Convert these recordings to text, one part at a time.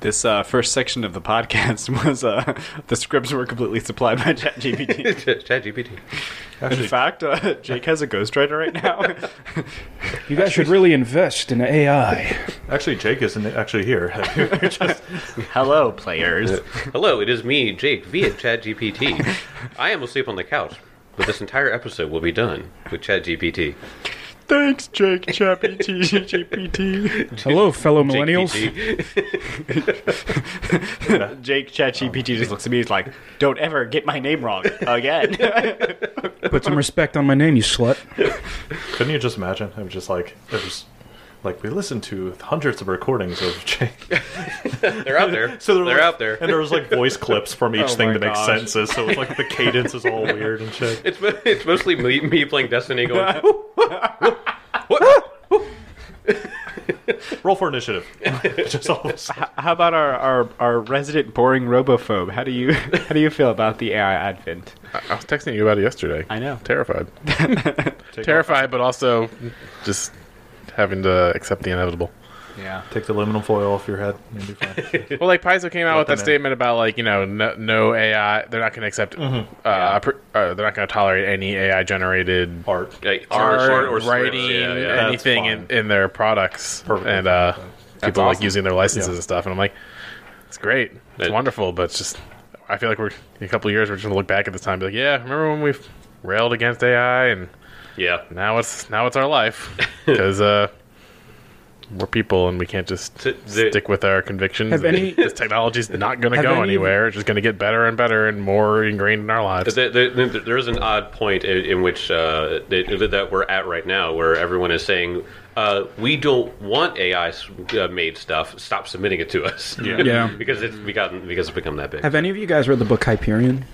This uh, first section of the podcast was uh, the scripts were completely supplied by ChatGPT. ChatGPT. In fact, uh, Jake has a ghostwriter right now. You guys should really invest in AI. Actually, Jake isn't actually here. Hello, players. Hello, it is me, Jake, via ChatGPT. I am asleep on the couch, but this entire episode will be done with ChatGPT. Thanks, Jake. ChatGPT. GPT. Hello, fellow millennials. GPT. Jake ChatGPT just looks at me. He's like, "Don't ever get my name wrong again." Put some respect on my name, you slut. Couldn't you just imagine? I'm just like, it was like we listened to hundreds of recordings of Jake. They're out there. So there they're was- out there. and there was like voice clips from each Oh thing my that makes gosh. sentences. So it's like the cadence is all weird and shit. It's mo- it's mostly me, me playing Destiny, going "Ooh, Roll for initiative. just all of a sudden. How about our, our, our resident boring robophobe? How do you how do you feel about the AI advent? I I was texting you about it yesterday. I know. Terrified. Take, Terrified, but also just having to accept the inevitable. Yeah. take the aluminum foil off your head. You'll be fine. Well, like Paizo came out with them that in. statement about like you know no, no AI. They're not going to accept. Mm-hmm. Uh, pr- uh, they're not going to tolerate any AI generated Art. like, art, art or writing, scripts." Yeah, yeah. That's anything in, fine. in their products, Perfect. and uh, people like awesome. using their licenses Yeah. and stuff. And I'm like, it's great, it's It- wonderful, but it's just I feel like we're in a couple of years we're just going to look back at this time and be like, yeah, remember when we railed against AI and yeah. now it's now it's our life because uh, we're people and we can't just T- the- stick with our convictions. Have and any- this technology's not going to Have go any- anywhere? It's just going to get better and better and more ingrained in our lives. There, there, there is an odd point in, in which uh, that, that we're at right now, where everyone is saying uh, we don't want AI s- uh, made stuff. Stop submitting it to us. Yeah. because it's become because it's become that big. Have any of you guys read the book Hyperion?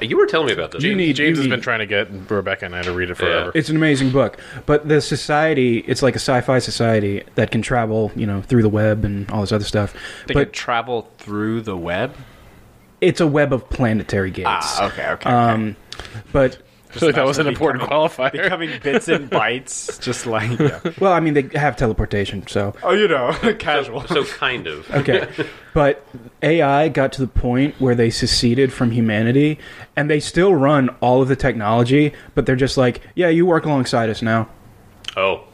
you were telling me about this. You need- you James has need- been trying to get Rebecca and I to read it forever. It's an amazing book, but the society, it's like a sci-fi society that can travel, you know, through the web and all this other stuff. They but could travel through the web. it's a web of planetary gates. Ah, okay, okay. Um, but I feel like that was an important qualifier. Becoming bits and bytes, just like well, I mean, they have teleportation, so oh, you know, casual. so kind of. okay. But AI got to the point where they seceded from humanity, and they still run all of the technology, but they're just like, yeah, you work alongside us now. Oh,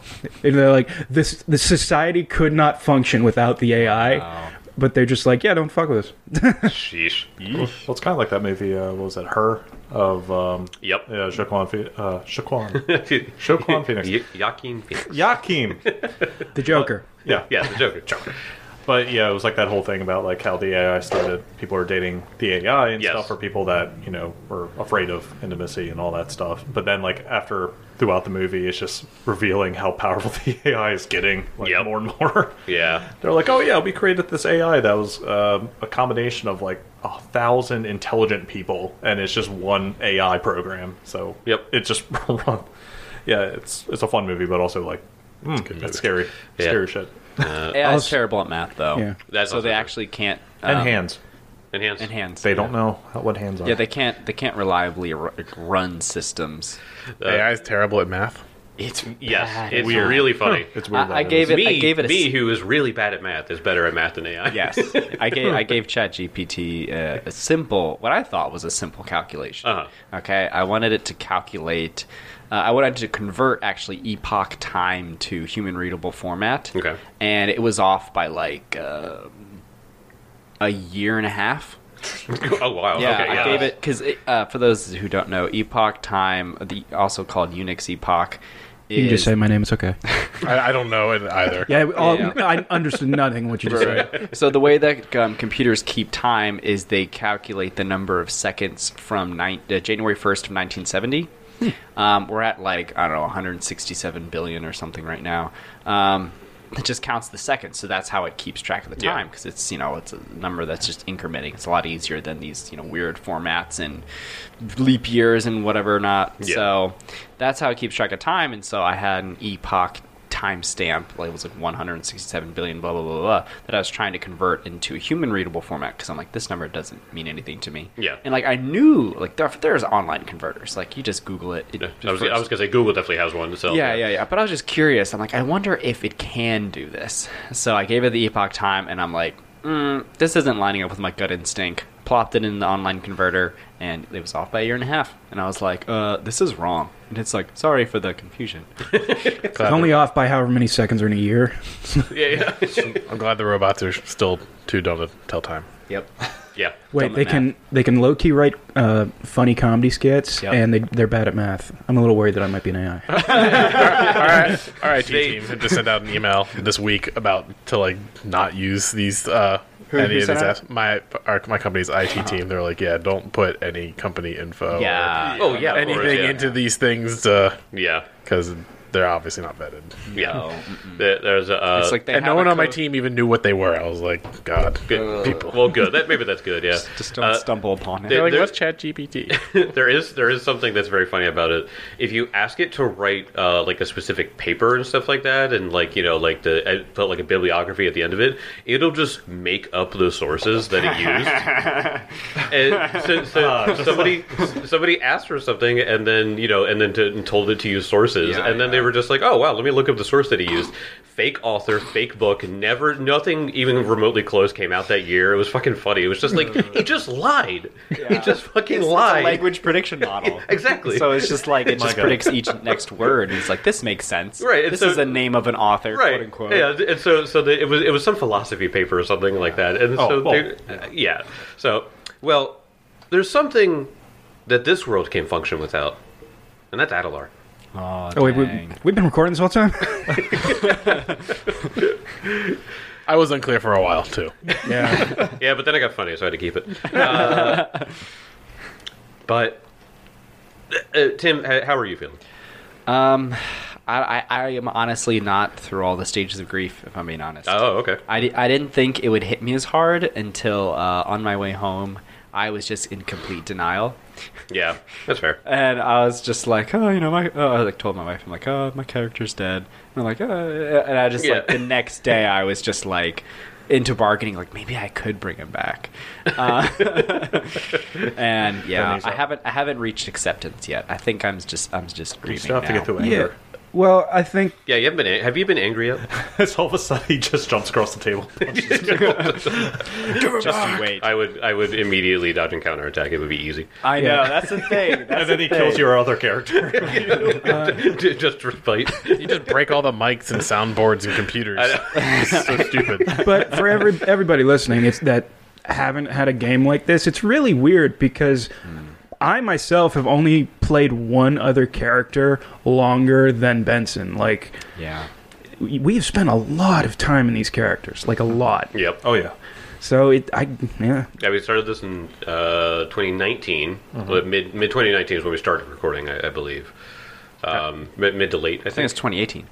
And they're like, this the society could not function without the AI. But they're just like, yeah, don't fuck with us. sheesh. Well, it's kind of like that movie. Uh, what was it? Her of um, Yep. yeah, Shaquan, Phe- uh, Shaquan, Shaquan Phoenix, Y- Joaquin Phoenix. Yakim. The Joker. Yeah, Yeah, the Joker. Joker. But yeah, it was like that whole thing about like how the AI started. People are dating the AI and Yes. stuff for people that you know were afraid of intimacy and all that stuff. But then like after throughout the movie, it's just revealing how powerful the AI is getting like Yep. more and more. Yeah. They're like, oh yeah, we created this AI that was um, a combination of like a thousand intelligent people, and it's just one AI program. So Yep. it just run. Yeah, it's it's a fun movie, but also like mm, it's, scary, Yeah. scary shit. AI is terrible at math, though. Yeah. That's so not they true. actually can't And um, hands, Enhanced. Uh, and hands. they yeah. don't know how, what hands are. Yeah, they can't. They can't reliably r- run systems. AI is terrible at math. It's Yes, bad. it's really funny. it's weird. I, that I it gave is. it. me, I gave it a me s- who is really bad at math is better at math than AI. Yes, I gave I gave ChatGPT a, a simple, what I thought was a simple calculation. Uh-huh. Okay, I wanted it to calculate. Uh, I wanted to convert actually epoch time to human readable format. Okay. and it was off by like um a year and a half. oh wow. Yeah, okay, I gave it because uh, for those who don't know, epoch time, the also called Unix epoch. You can is- just say my name. It's okay. I, I don't know it either. Yeah, all, Yeah. I understood nothing what you just said. so the way that um, computers keep time is they calculate the number of seconds from nine uh, January 1st of 1970. Hmm. Um, we're at like I don't know 167 billion or something right now. Um, it just counts the seconds, so that's how it keeps track of the Yeah. time because it's you know it's a number that's just incrementing. It's a lot easier than these you know weird formats and leap years and whatever not. Yeah. So that's how it keeps track of time. And so I had an epoch timestamp, like it was like 167 billion, blah, blah, blah, blah, that I was trying to convert into a human readable format because I'm like, this number doesn't mean anything to me. Yeah. And like, I knew, like, there, there's online converters. Like, you just Google it. it I was, I was gonna say Google definitely has one. So yeah, yeah, yeah. But I was just curious. I'm like, I wonder if it can do this. So I gave it the epoch time, and I'm like, this isn't lining up with my gut instinct. Plopped it in the online converter, and it was off by a year and a half. And I was like, uh, this is wrong. And it's like, sorry for the confusion. It's only off by however many seconds are in a year. Yeah, yeah, I'm glad the robots are still too dumb to tell time. Yep. yeah. Wait, Dumb at they can math. they can low key write uh, funny comedy skits, Yep. and they they're bad at math. I'm a little worried that I might be an AI. All right, all right, They- team. Have to send out an email this week about to like not use these. Uh, any who of these sent out? apps. My our, my company's IT team. They're like, yeah, don't put any company info. Yeah. Oh yeah. Or of course, anything yeah. into these things yeah. because they're obviously not vetted. Yeah. No, There- There's a. Uh, It's like they and no have one a on my code. team even knew what they were. I was like, God, good people. Well, good. That maybe that's good. Yeah. Just don't Uh, stumble upon it. They're like, there- what's Chat GPT? there is there is something that's very funny about it. If you ask it to write uh, like a specific paper and stuff like that, and like you know like the uh, put like a bibliography at the end of it, it'll just make up the sources that it used. and so, so Uh, somebody somebody asked for something, and then you know, and then to, and told it to use sources, Yeah, and then they yeah. were just like, oh wow, let me look up the source that he used. Fake author, fake book, never, nothing even remotely close came out that year. It was fucking funny. It was just like, it just lied. It just It's- fucking it's a lied. language prediction model. Exactly. So it's just like it My just God. predicts each next word. And it's like this makes sense. Right, and This so- is the name of an author, right. quote unquote. Yeah, and so so the, it was it was some philosophy paper or something like that. And so Oh, well, they- yeah. So well, there's something that this world can't function without, and that's Adelar. Oh, oh wait, we, dang. we've been recording this whole time. I was unclear for a while too. yeah, Yeah, but then I got funny, so I had to keep it. Uh, but uh, Tim, h- how are you feeling? Um, I, I, I am honestly not through all the stages of grief, if I'm being honest. Oh, okay. I, di- I didn't think it would hit me as hard until uh, on my way home, I was just in complete denial. Yeah, that's fair. And I was just like, oh, you know, my oh, I like told my wife, I'm like, oh, my character's dead. And I'm like, oh, and I just like Yeah. the next day, I was just like into bargaining, like maybe I could bring him back. Uh, and yeah, Funny I stuff. haven't I haven't reached acceptance yet. I think I'm just I'm just You grieving still have to now. get to yeah. anger. Well, I think Yeah, you haven't been. an- Have you been angry yet? It's all of a sudden he just jumps across the table. Just you wait. I would. I would immediately dodge and counterattack. It would be easy. I Yeah. know that's the thing. That's and then the he kills thing. your other character. just for spite. You just break all the mics and soundboards and computers. It's so stupid. but for every everybody listening, it's that haven't had a game like this. It's really weird because I myself have only played one other character longer than Benson. Like Yeah. we we have spent a lot of time in these characters, like a lot. Yep. Oh yeah. So it, I yeah. Yeah, we started this in uh, 2019. Well, Mid mid 2019 is when we started recording, I, I believe. Um, mid, mid to late, I I think think. it's 2018.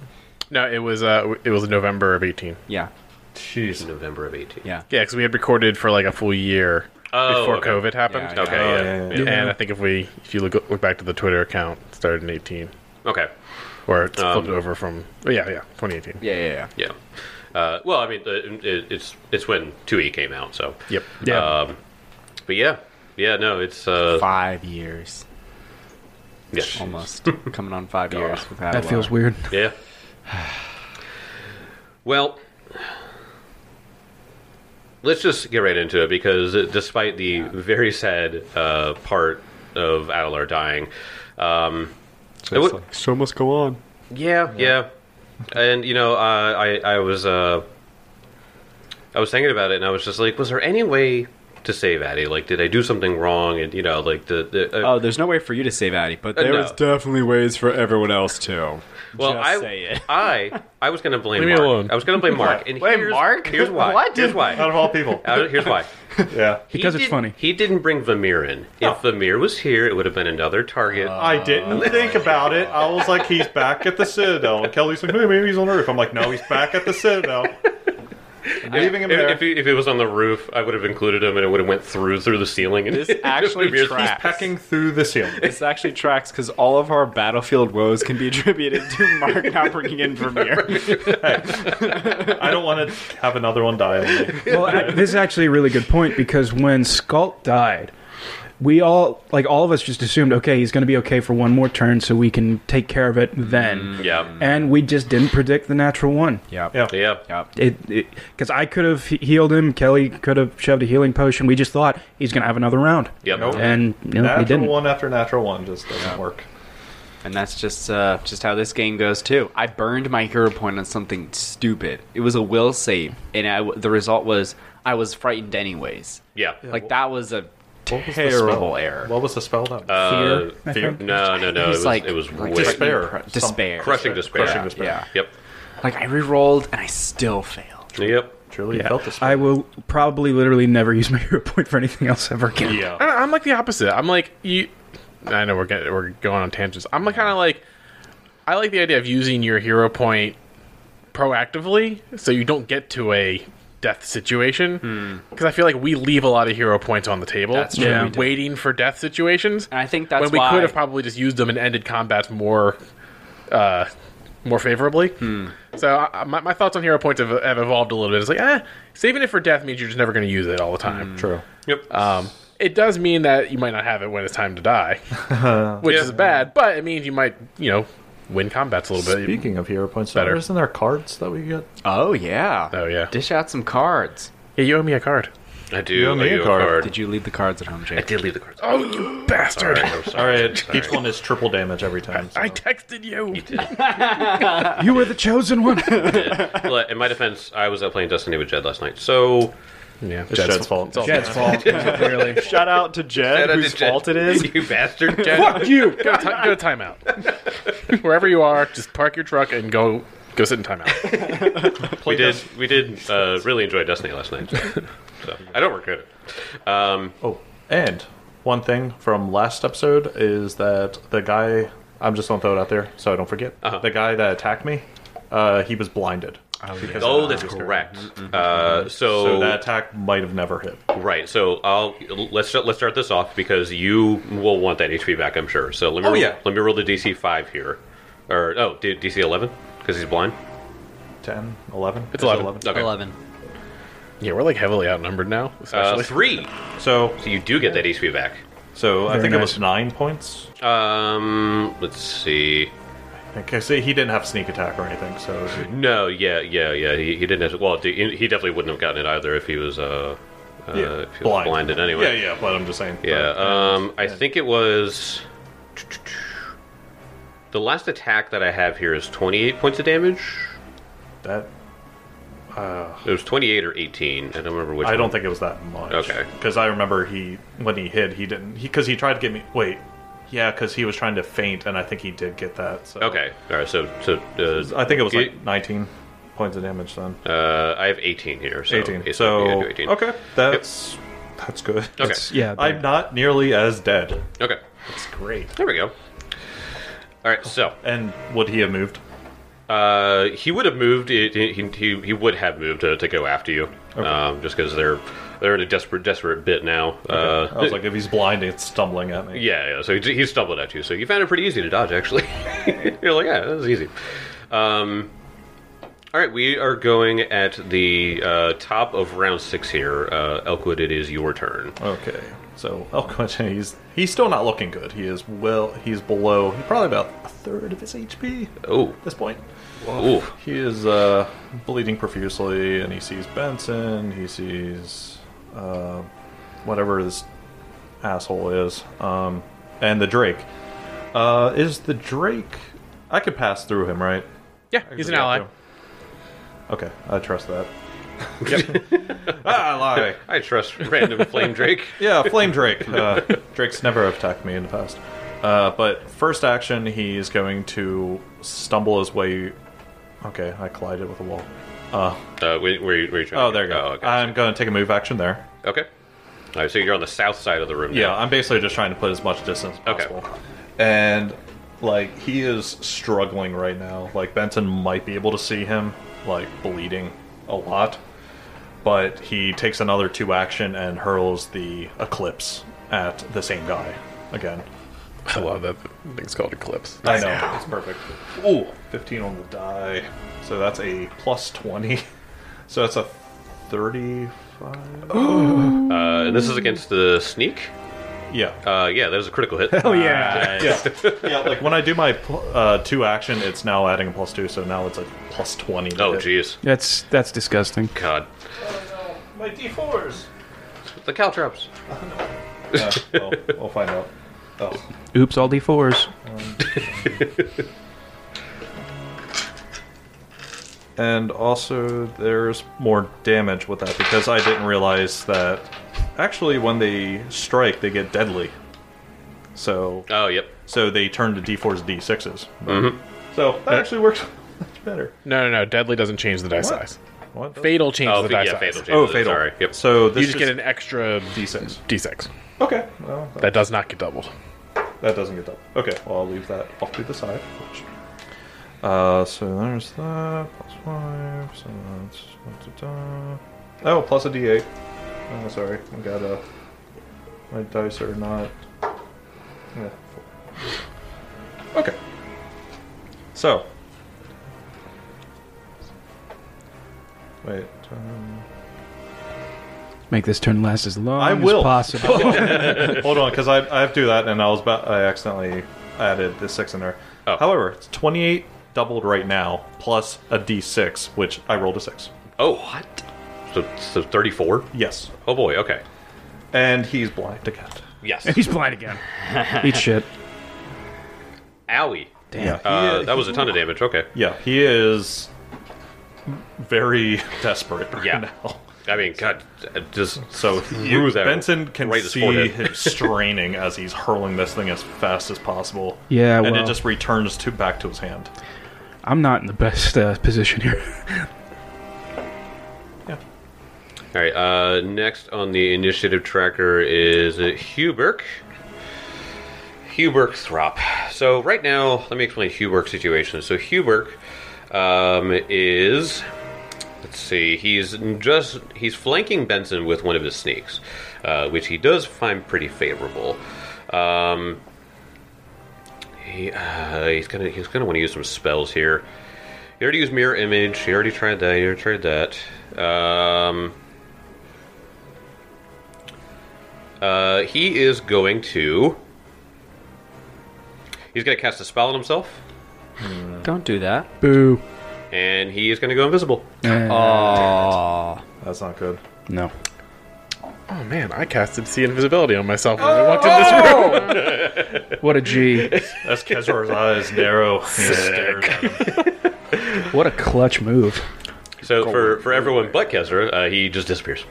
No, it was uh, it was November of eighteen. Yeah. Jeez. November of 18. Yeah. Yeah, because we had recorded for like a full year Oh, before okay. COVID happened. Uh, Yeah, Okay. Oh, yeah. yeah, yeah, yeah. And I think if we if you look look back to the Twitter account, it started in eighteen, Okay. or it's flipped Um, over from oh, yeah yeah twenty eighteen. Yeah. Yeah. yeah. Yeah. Uh, well, I mean, uh, it, it's it's when 2E came out, so. Yep. Yeah. Yeah. Um, but yeah, yeah, no, it's uh, Five years yeah, almost coming on five years without That a feels lot. weird. yeah. Well, let's just get right into it because uh, despite the very sad uh, part of Adelar dying, um, it wa- so must go on. Yeah, yeah. And you know, uh, I I was uh, I was thinking about it, and I was just like, was there any way to save Addie? Like, did I do something wrong? And you know, like the, the uh, Oh, there's no way for you to save Addie, but Uh, there no. is definitely ways for everyone else to. well, just I say it. I I was gonna blame Leave me Mark. alone. I was gonna blame Mark. And Blame here's, Mark? Here's why. What? Here's Out why. of all people. Uh, here's why. Yeah. He Because it's didn't- funny. He didn't bring Vamir in. If Vamir was here, it would have been another target. I didn't think about it. I was like, he's back at the Citadel. And Kelly's like, "Hey, maybe he's on Earth. I'm like, no, he's back at the Citadel. Leaving him if, there. if, he, if it was on the roof, I would have included him, and it would have went through through the ceiling. And This actually Vamir's- tracks. Pecking through the ceiling. This actually tracks because all of our battlefield woes can be attributed to Mark not bringing in Vermeer. I don't want to have another one die on me. well, I- this is actually a really good point because when Skulk died, we all like all of us just assumed okay he's going to be okay for one more turn so we can take care of it then Mm, Yeah. and we just didn't predict the natural one Yep. Yeah. Yeah. Yep. it because i could have he- healed him kelly could have shoved a healing potion we just thought he's going to have another round Yep. Nope. and you know, he Natural didn't one after natural one just doesn't work. And that's just uh, just how this game goes too. I burned my hero point on something stupid. It was a will save, and I w the result was I was frightened anyways. Yeah. Like that was a What was the terrible spell? error. What was the spell that? Uh, I fear. think. No, no, no. It was, it was like way- just Despair. impre- Some- despair, crushing despair. Crushing despair. Yeah. Yep. Like I re-rolled and I still failed. Yep. Truly yeah, felt the spell. I will probably literally never use my hero point for anything else ever again. yeah. I don't know, I'm like the opposite. I'm like you. I know we're getting, we're going on tangents. I'm kind of like I like the idea of using your hero point proactively, so you don't get to a death situation. Because I feel like we leave a lot of hero points on the table, Hmm. That's true, Yeah. we do. waiting for death situations. And I think that's when we why could have probably just used them and ended combats more. Uh, more favorably, Hmm. so I, I- my, my thoughts on hero points have, have evolved a little bit. It's like, eh, saving it for death means you're just never going to use it all the time. Hmm. True. Yep. Um, it does mean that you might not have it when it's time to die, which Yeah. is bad. But it means you might, you know, win combats a little bit. Speaking of hero points, Better. isn't there cards that we get? Oh yeah. Oh, yeah. Dish out some cards. Yeah, you owe me a card. I do. You owe owe me a you a card. card. Did you leave the cards at home, I Jake? did leave the cards. Oh, you bastard! I'm sorry. All right, each one is triple damage every time. so- I texted you. You were the chosen one. Well, in my defense, I was out playing Destiny with Jed last night, so Yeah, it's Jed's, fault. It's all Jed's fault. Clearly. Shout out to Jed, whose fault it is. you bastard. Fuck you. Go to, ti- go to timeout. Wherever you are, just park your truck and go go sit in timeout. we did. We did uh, really enjoy Destiny last night. So I don't regret it. Um, Oh, and one thing from last episode is that the guy. I'm just gonna throw it out there so I don't forget. Uh-huh. The guy that attacked me, uh, he was blinded. Because of oh, that that's discard. correct. Uh, so, So that attack might have never hit. right. So I'll let's start, let's start this off because you will want that HP back, I'm sure. So let me Oh, roll, yeah. let me roll the DC five here, or oh D- DC eleven because he's blind. 10, 11? It's 11. Okay. Eleven. Yeah, we're like heavily outnumbered now. Uh, Especially three. So, So you do get that HP back. so I Very think it nice. was nine points. Um, let's see. Okay, so he didn't have sneak attack or anything. So No, yeah, yeah, yeah. He, he didn't. Have, well, d- he definitely wouldn't have gotten it either if he was uh, uh yeah, if he was blinded anyway. Yeah, yeah. But I'm just saying. Yeah, but- um, I think it was. The last attack that I have here is 28 points of damage. that It was 28 or 18. I don't remember which I one. don't think it was that much. Okay. Because I remember he when he hid, he didn't because he, tried to get me. Wait, yeah, because he was trying to faint, and I think he did get that. So. Okay, alright, so. so uh, I think it was you- like 19 points of damage then. Uh, I have 18 here. So 18. it's- So yeah, I do 18. okay, that's that's good. Okay. Yeah, I'm not nearly as dead. Okay. That's Uh, great. There we go. Alright, so. And would he have moved? Uh, he would have moved. It, he, he he would have moved to, to go after you, um, just because they're they're in a desperate desperate bit now. Uh, I was like, if he's blind, it's stumbling at me. yeah, yeah. So he, he stumbled at you. So you found it pretty easy to dodge, actually. You're like, yeah, that was easy. Um, all right, we are going at the uh, top of round six here, uh, Elkwood. It is your turn. Okay. So Elquint, he's he's still not looking good. He is well. He's below. Probably about a third of his HP at Oh, this point. ooh, He is uh, bleeding profusely, and he sees Benson. He sees uh, whatever this asshole is, um, and the Drake. Uh, is the Drake? I could pass through him, right? yeah, I could he's just walk an ally. through him. Okay, I trust that. ah, I lie. I trust random flame Drake. Yeah, Flame Drake. Uh, Drake's never attacked me in the past. Uh, but first action, he's going to stumble his way. Okay, I collided with a wall. Uh, where, where, you- where you trying? Oh, to there you go. Oh, okay. I'm going to take a move action there. okay. All right, so you're on the south side of the room. Yeah, now. I'm basically just trying to put as much distance as Okay. possible. And, like, he is struggling right now. Like, Benson might be able to see him, like, bleeding a lot. But he takes another two action and hurls the Eclipse at the same guy again. I love that thing's called Eclipse. I know. It's perfect. Ooh, 15 on the die. So that's a plus 20. So that's a 35. Uh, and this is against the sneak. Yeah. Uh, yeah, that was a critical hit. Oh yeah. yeah. yeah, like when I do my pl- uh, two action, it's now adding a plus two, so now it's like plus 20. to Oh, hit. jeez. That's that's disgusting. God. My D4s! The caltrops. Yeah, Uh, well, we'll find out. Oh. Oops, all D4s. And also, there's more damage with that because I didn't realize that actually when they strike, they get deadly. So, Oh, yep. so they turn to D4s, D6s. Mm-hmm. So that actually works much better. No, no, no. Deadly doesn't change the die What? size. What? Fatal changes Oh, the yeah, die size. fatal changes. Oh, fatal. Sorry. Yep. So this You just is get an extra D6. d6. Okay. Well, that, That does not get doubled. that doesn't get done. Okay. Well, I'll leave that off to the side. Uh, so there's that plus five. So that's da-da-da. oh, plus a D8. Oh, sorry, I got a. My dice are not. Yeah. four. Okay. So. Wait. Um, Make this turn last as long I will. as possible. Hold on, because I, I have to do that, and I was about I accidentally added the six in there. Oh. However, it's twenty eight doubled right now plus a d six, which I rolled a six. Oh, what? So, so 34? Yes, Oh, boy. Okay. and he's blind again. Yes. He's blind again. Eat shit. Owie. Damn, Uh, that was a ton of damage. Okay. yeah, he is very desperate right Yeah. now. I mean, God, just So you, Threw that Benson can right at his see forehead. him straining as he's hurling this thing as fast as possible. Yeah, and well- it just returns to back to his hand. I'm not in the best uh, position here. All right. Uh, next on the initiative tracker is uh, Huberk. Huberk Throp. So right now, let me explain Huberk's situation. So Huberk um, is. Let's see. He's just he's flanking Benson with one of his sneaks, uh, which he does find pretty favorable. Um, he, uh, he's gonna he's gonna want to use some spells here. He already used mirror image. He already tried that. He already tried that. Um, uh, he is going to. He's going to cast a spell on himself, Don't do that. Boo. Uh, and he is going to go invisible. Oh, That's not good. no. Oh man, I casted see invisibility on myself when we walked in this room. What a G. That's Kezor's eyes narrow. He stares at him. What a clutch move. So for, for everyone but Kesra, uh, he just disappears.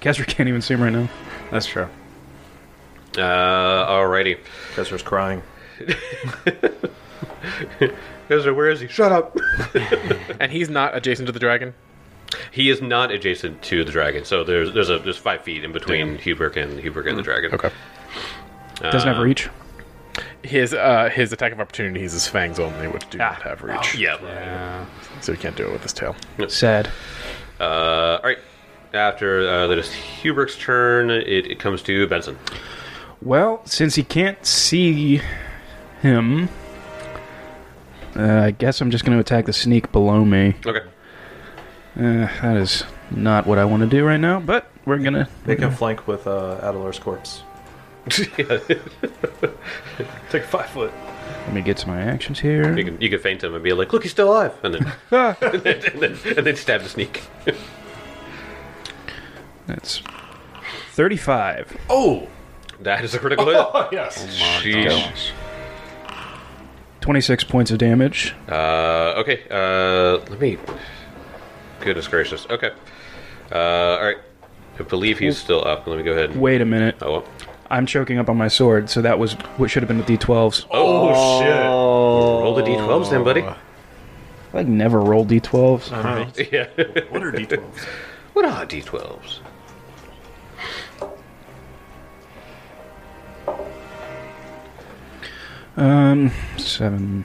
Kessler can't even see him right now. that's true. Uh, alrighty, Kessor's crying. Kesra, where is he? Shut up. And he's not adjacent to the dragon. He is not adjacent to the dragon, so there's there's a there's five feet in between Huberk and Huberk and the dragon. Okay. Doesn't Uh, have reach. His uh his attack of opportunity is his fangs only, which do not have Oh, reach. Yeah. So he can't do it with his tail. Sad. Uh, all right. After uh, that is Hubert's turn, it, it comes to Benson. Well, since he can't see him, uh, I guess I'm just going to attack the sneak below me. Okay. Uh, that is not what I want to do right now, but we're going to. They can flank with uh, Adelar's corpse. Take five foot. Let me get to my actions You here. can you can faint him and be like, "Look, he's still alive," and then and then, and then, and then stab the sneak. That's 35. Oh, that is a critical hit. yes. Jeez. 26 points of damage. Uh, okay. Uh, let me. Goodness gracious. Okay. Uh, all right. I believe he's still up. Let me go ahead. And... Wait a minute. Oh. well. I'm choking up on my sword, so that was what should have been the d12s. Oh, shit. Roll the d12s, then, buddy. I like never roll d12s. Yeah. What are d12s? what are d12s? Um, seven.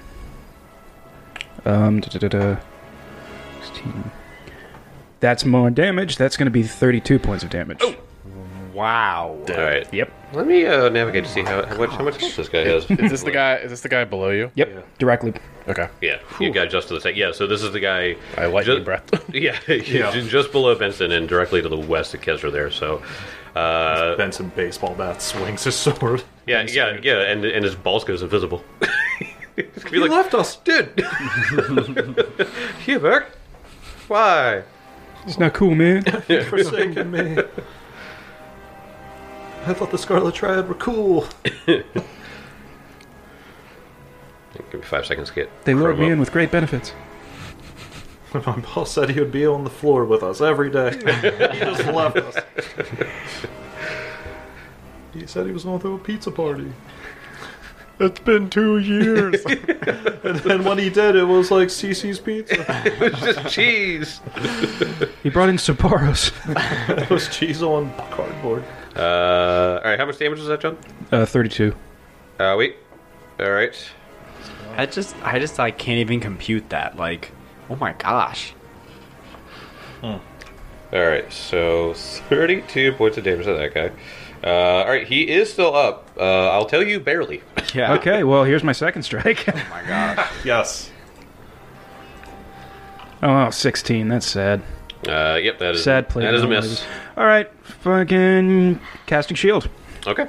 Um, da, da, da, da, sixteen. That's more damage. That's going to be thirty-two points of damage. Oh. Wow. All right. Yep. Let me uh, navigate to see how how much, how much health this guy has. Is this the guy? Is this the guy below you? Yep. Directly. Okay. Yeah, you got just to the side. Yeah, so this is the guy. I like ju- your breath. Yeah, yeah, ju- just below Benson and directly to the west of Kesra there. So, uh, Benson baseball bat swings his sword. yeah, yeah, yeah, and and his balls goes invisible. He's gonna be He like, left us, dude, Hubert, why? It's not cool, man. forsaken me. I thought the Scarlet Triad were cool. Give me five seconds to get. They lured Chrome me up. in with great benefits. My boss said he would be on the floor with us every day. he just left us. He said he was going to a pizza party. It's been two years. and then when he did, it was like CC's Pizza. It's just cheese. He brought in Sabaros. It was cheese on cardboard. Uh, all right, how much damage was that, John? Uh, 32. Uh, wait. All right. I just, I just, I can't even compute that. Like, oh my gosh. All right, so 32 points of damage to that guy. Uh, all right, he is still up. Uh, I'll tell you barely. Yeah. Okay, well, here's my second strike. Oh my gosh. Yes. oh, 16. That's sad. Uh, yep, that is Sad play. That is a miss. All right, fucking casting shield. Okay.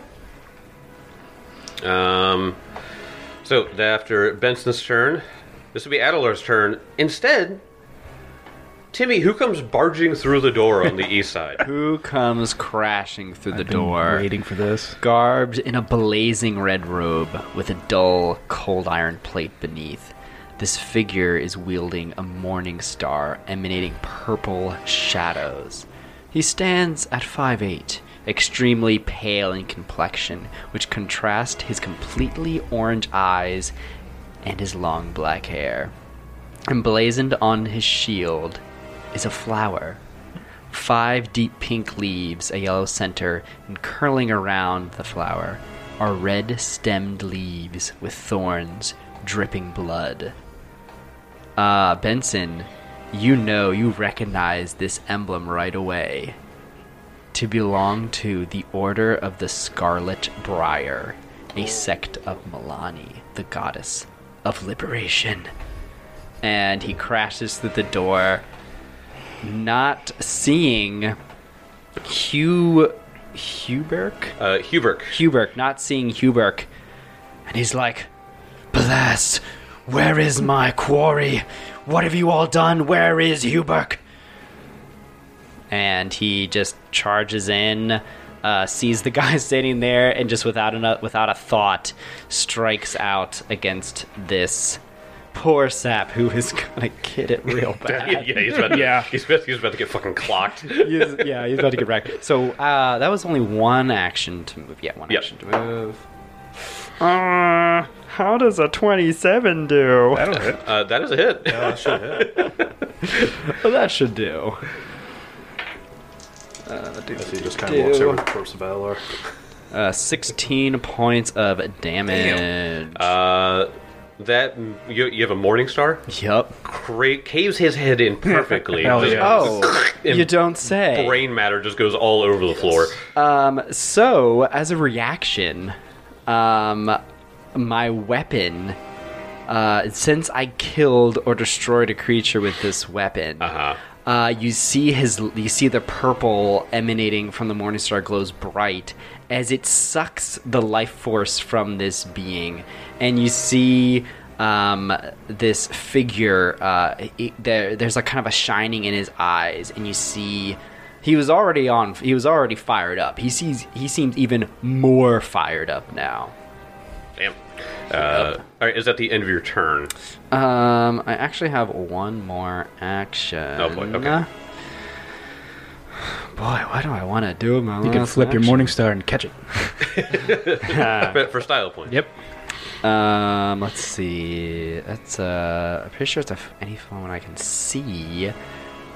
Um, so after Benson's turn, this would be Adelar's turn. Instead, Timmy, who comes barging through the door on the east side? Who comes crashing through the Been door? Waiting for this. Garbed in a blazing red robe with a dull, cold iron plate beneath, this figure is wielding a morning star emanating purple shadows. He stands at 5'8, extremely pale in complexion, which contrast his completely orange eyes and his long black hair. Emblazoned on his shield is a flower Five deep pink leaves, a yellow center, and curling around the flower are red stemmed leaves with thorns dripping blood. Ah, Benson, you know you recognize this emblem right away. To belong to the Order of the Scarlet Briar, a sect of Milani, the goddess of liberation. And he crashes through the door not seeing Hugh Huberk? Uh, Hubert. Huberk, not seeing Huberk. And he's like, Blast, where is my quarry? What have you all done? Where is Huberk? And he just charges in, uh, sees the guy standing there, and just without an, without a thought, strikes out against this poor sap who is gonna get it real bad. Yeah, yeah, he's about to, Yeah. He's, about, he's about to get fucking clocked. He's- yeah, he's about to get wrecked. So uh, that was only one action to move. Yeah, one Yep. action to move. Uh, how does a 27 do? That'll hit. Uh, that is a hit. that should do. As he just kind of walks over towards Valar. Uh, 16 points of damage. Uh, that you, you have a morning star. yep. Cra- caves his head in perfectly. Hell Just- yeah. Oh, and you don't say. Brain matter just goes all over the floor. Um, so as a reaction, um, my weapon, uh, since I killed or destroyed a creature with this weapon, Uh-huh. uh, you see his, you see the purple emanating from the morning star glows bright as it sucks the life force from this being, and you see. Um, this figure, uh, it, there, there's a kind of a shining in his eyes, and you see he was already on. He was already fired up. He sees. He seems even more fired up now. Damn. Uh, all right, is that the end of your turn? Um, I actually have one more action. Oh, boy, okay. Boy, what do I want to do with my You can flip your morning star and catch it. But for style points. Yep. Um, let's see. That's uh, I'm pretty sure it's a f- any phone I can see.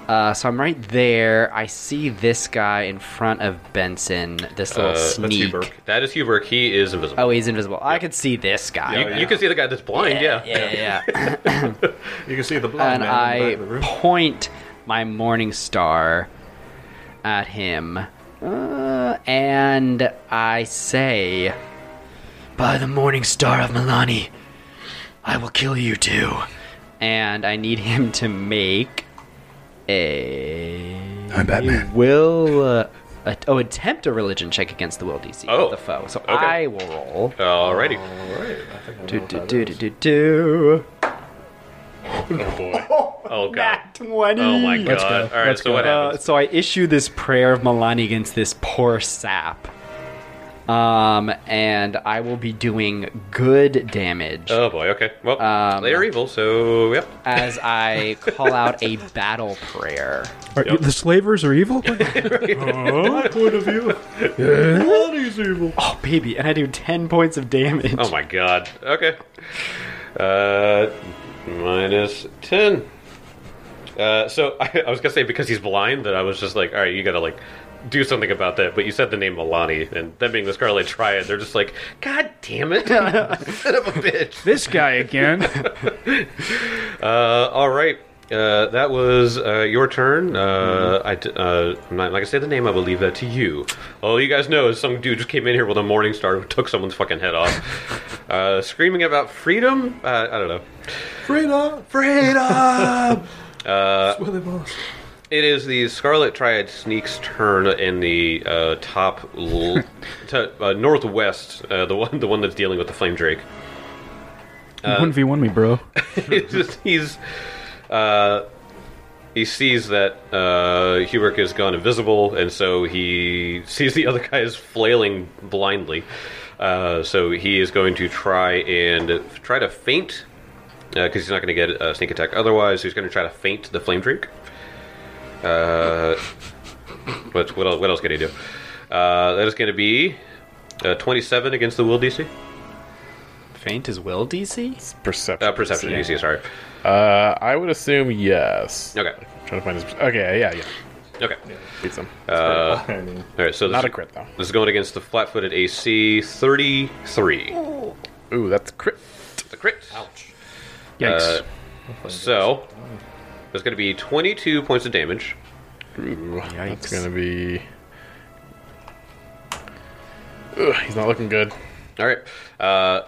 Uh, so I'm right there. I see this guy in front of Benson. This little Uh, that's sneak. Hubert. That is Hubert. He is invisible. Oh, he's invisible. I could see this guy. you, you can see the guy that's blind. Yeah. yeah, yeah. yeah. You can see the and blind man in the I back of the room. point my morning star at him. Uh, Mara, and I say, By the morning star of Milani, I will kill you too. And I need him to make a. I'm Batman. Will. Uh, a, oh, attempt a religion check against the will DC of Oh, the foe. So okay. I will roll. Alrighty. Do, do, do, do, do, do. Oh boy. Oh god. Nat 20. Oh my god. Alright, so what Uh, happens? so I issue this prayer of Milani against this poor sap. Um, and I will be doing good damage Oh boy, okay. Well, Um, they are evil, so yep. as I call out a battle prayer. Are, Yep. The slavers are evil? Oh, baby. And I do 10 points of damage. Oh my god. Okay. Uh, minus 10. Uh, so I, I was gonna say because he's blind that I was just like, all right, you gotta like do something about that. But you said the name Milani, and them being the Scarlet Triad, they're just like, God damn it, son of a bitch. this guy again. Uh, all right, uh, that was uh, your turn. Uh, I d- uh, I'm not like I say the name. I will leave that to you. All you guys know is some dude just came in here with a morning star who took someone's fucking head off, uh, screaming about freedom. Uh, I don't know. Freedom! Freedom. Where they boss? it is the Scarlet Triad sneaks turn in the uh, top l- to, uh, northwest. Uh, the one, the one that's dealing with the flame drake. 1v1 me, bro. It's just- he's uh, he sees that uh, Hubert has gone invisible, and so he sees the other guy is flailing blindly. Uh, so he is going to try and try to faint because he's not going to get a sneak attack otherwise. He's going to try to faint the flame drink. Uh, what what else, what else can he do? Uh, that is going to be uh, twenty-seven against the will DC. Faint is will DC? Perception. Uh, perception Yeah. DC, sorry. Uh, I would assume yes. Okay, trying to find his. Okay, yeah, yeah. okay. Beats him. Uh, I mean, All right, so this, Not a crit, though. This is going against the flat-footed AC 33. Ooh, that's crit. It's a crit. Ouch. Yikes. Uh, So there's going to be 22 points of damage. Ooh, that's Yikes. gonna be. Ugh, he's not looking good. All right. Uh,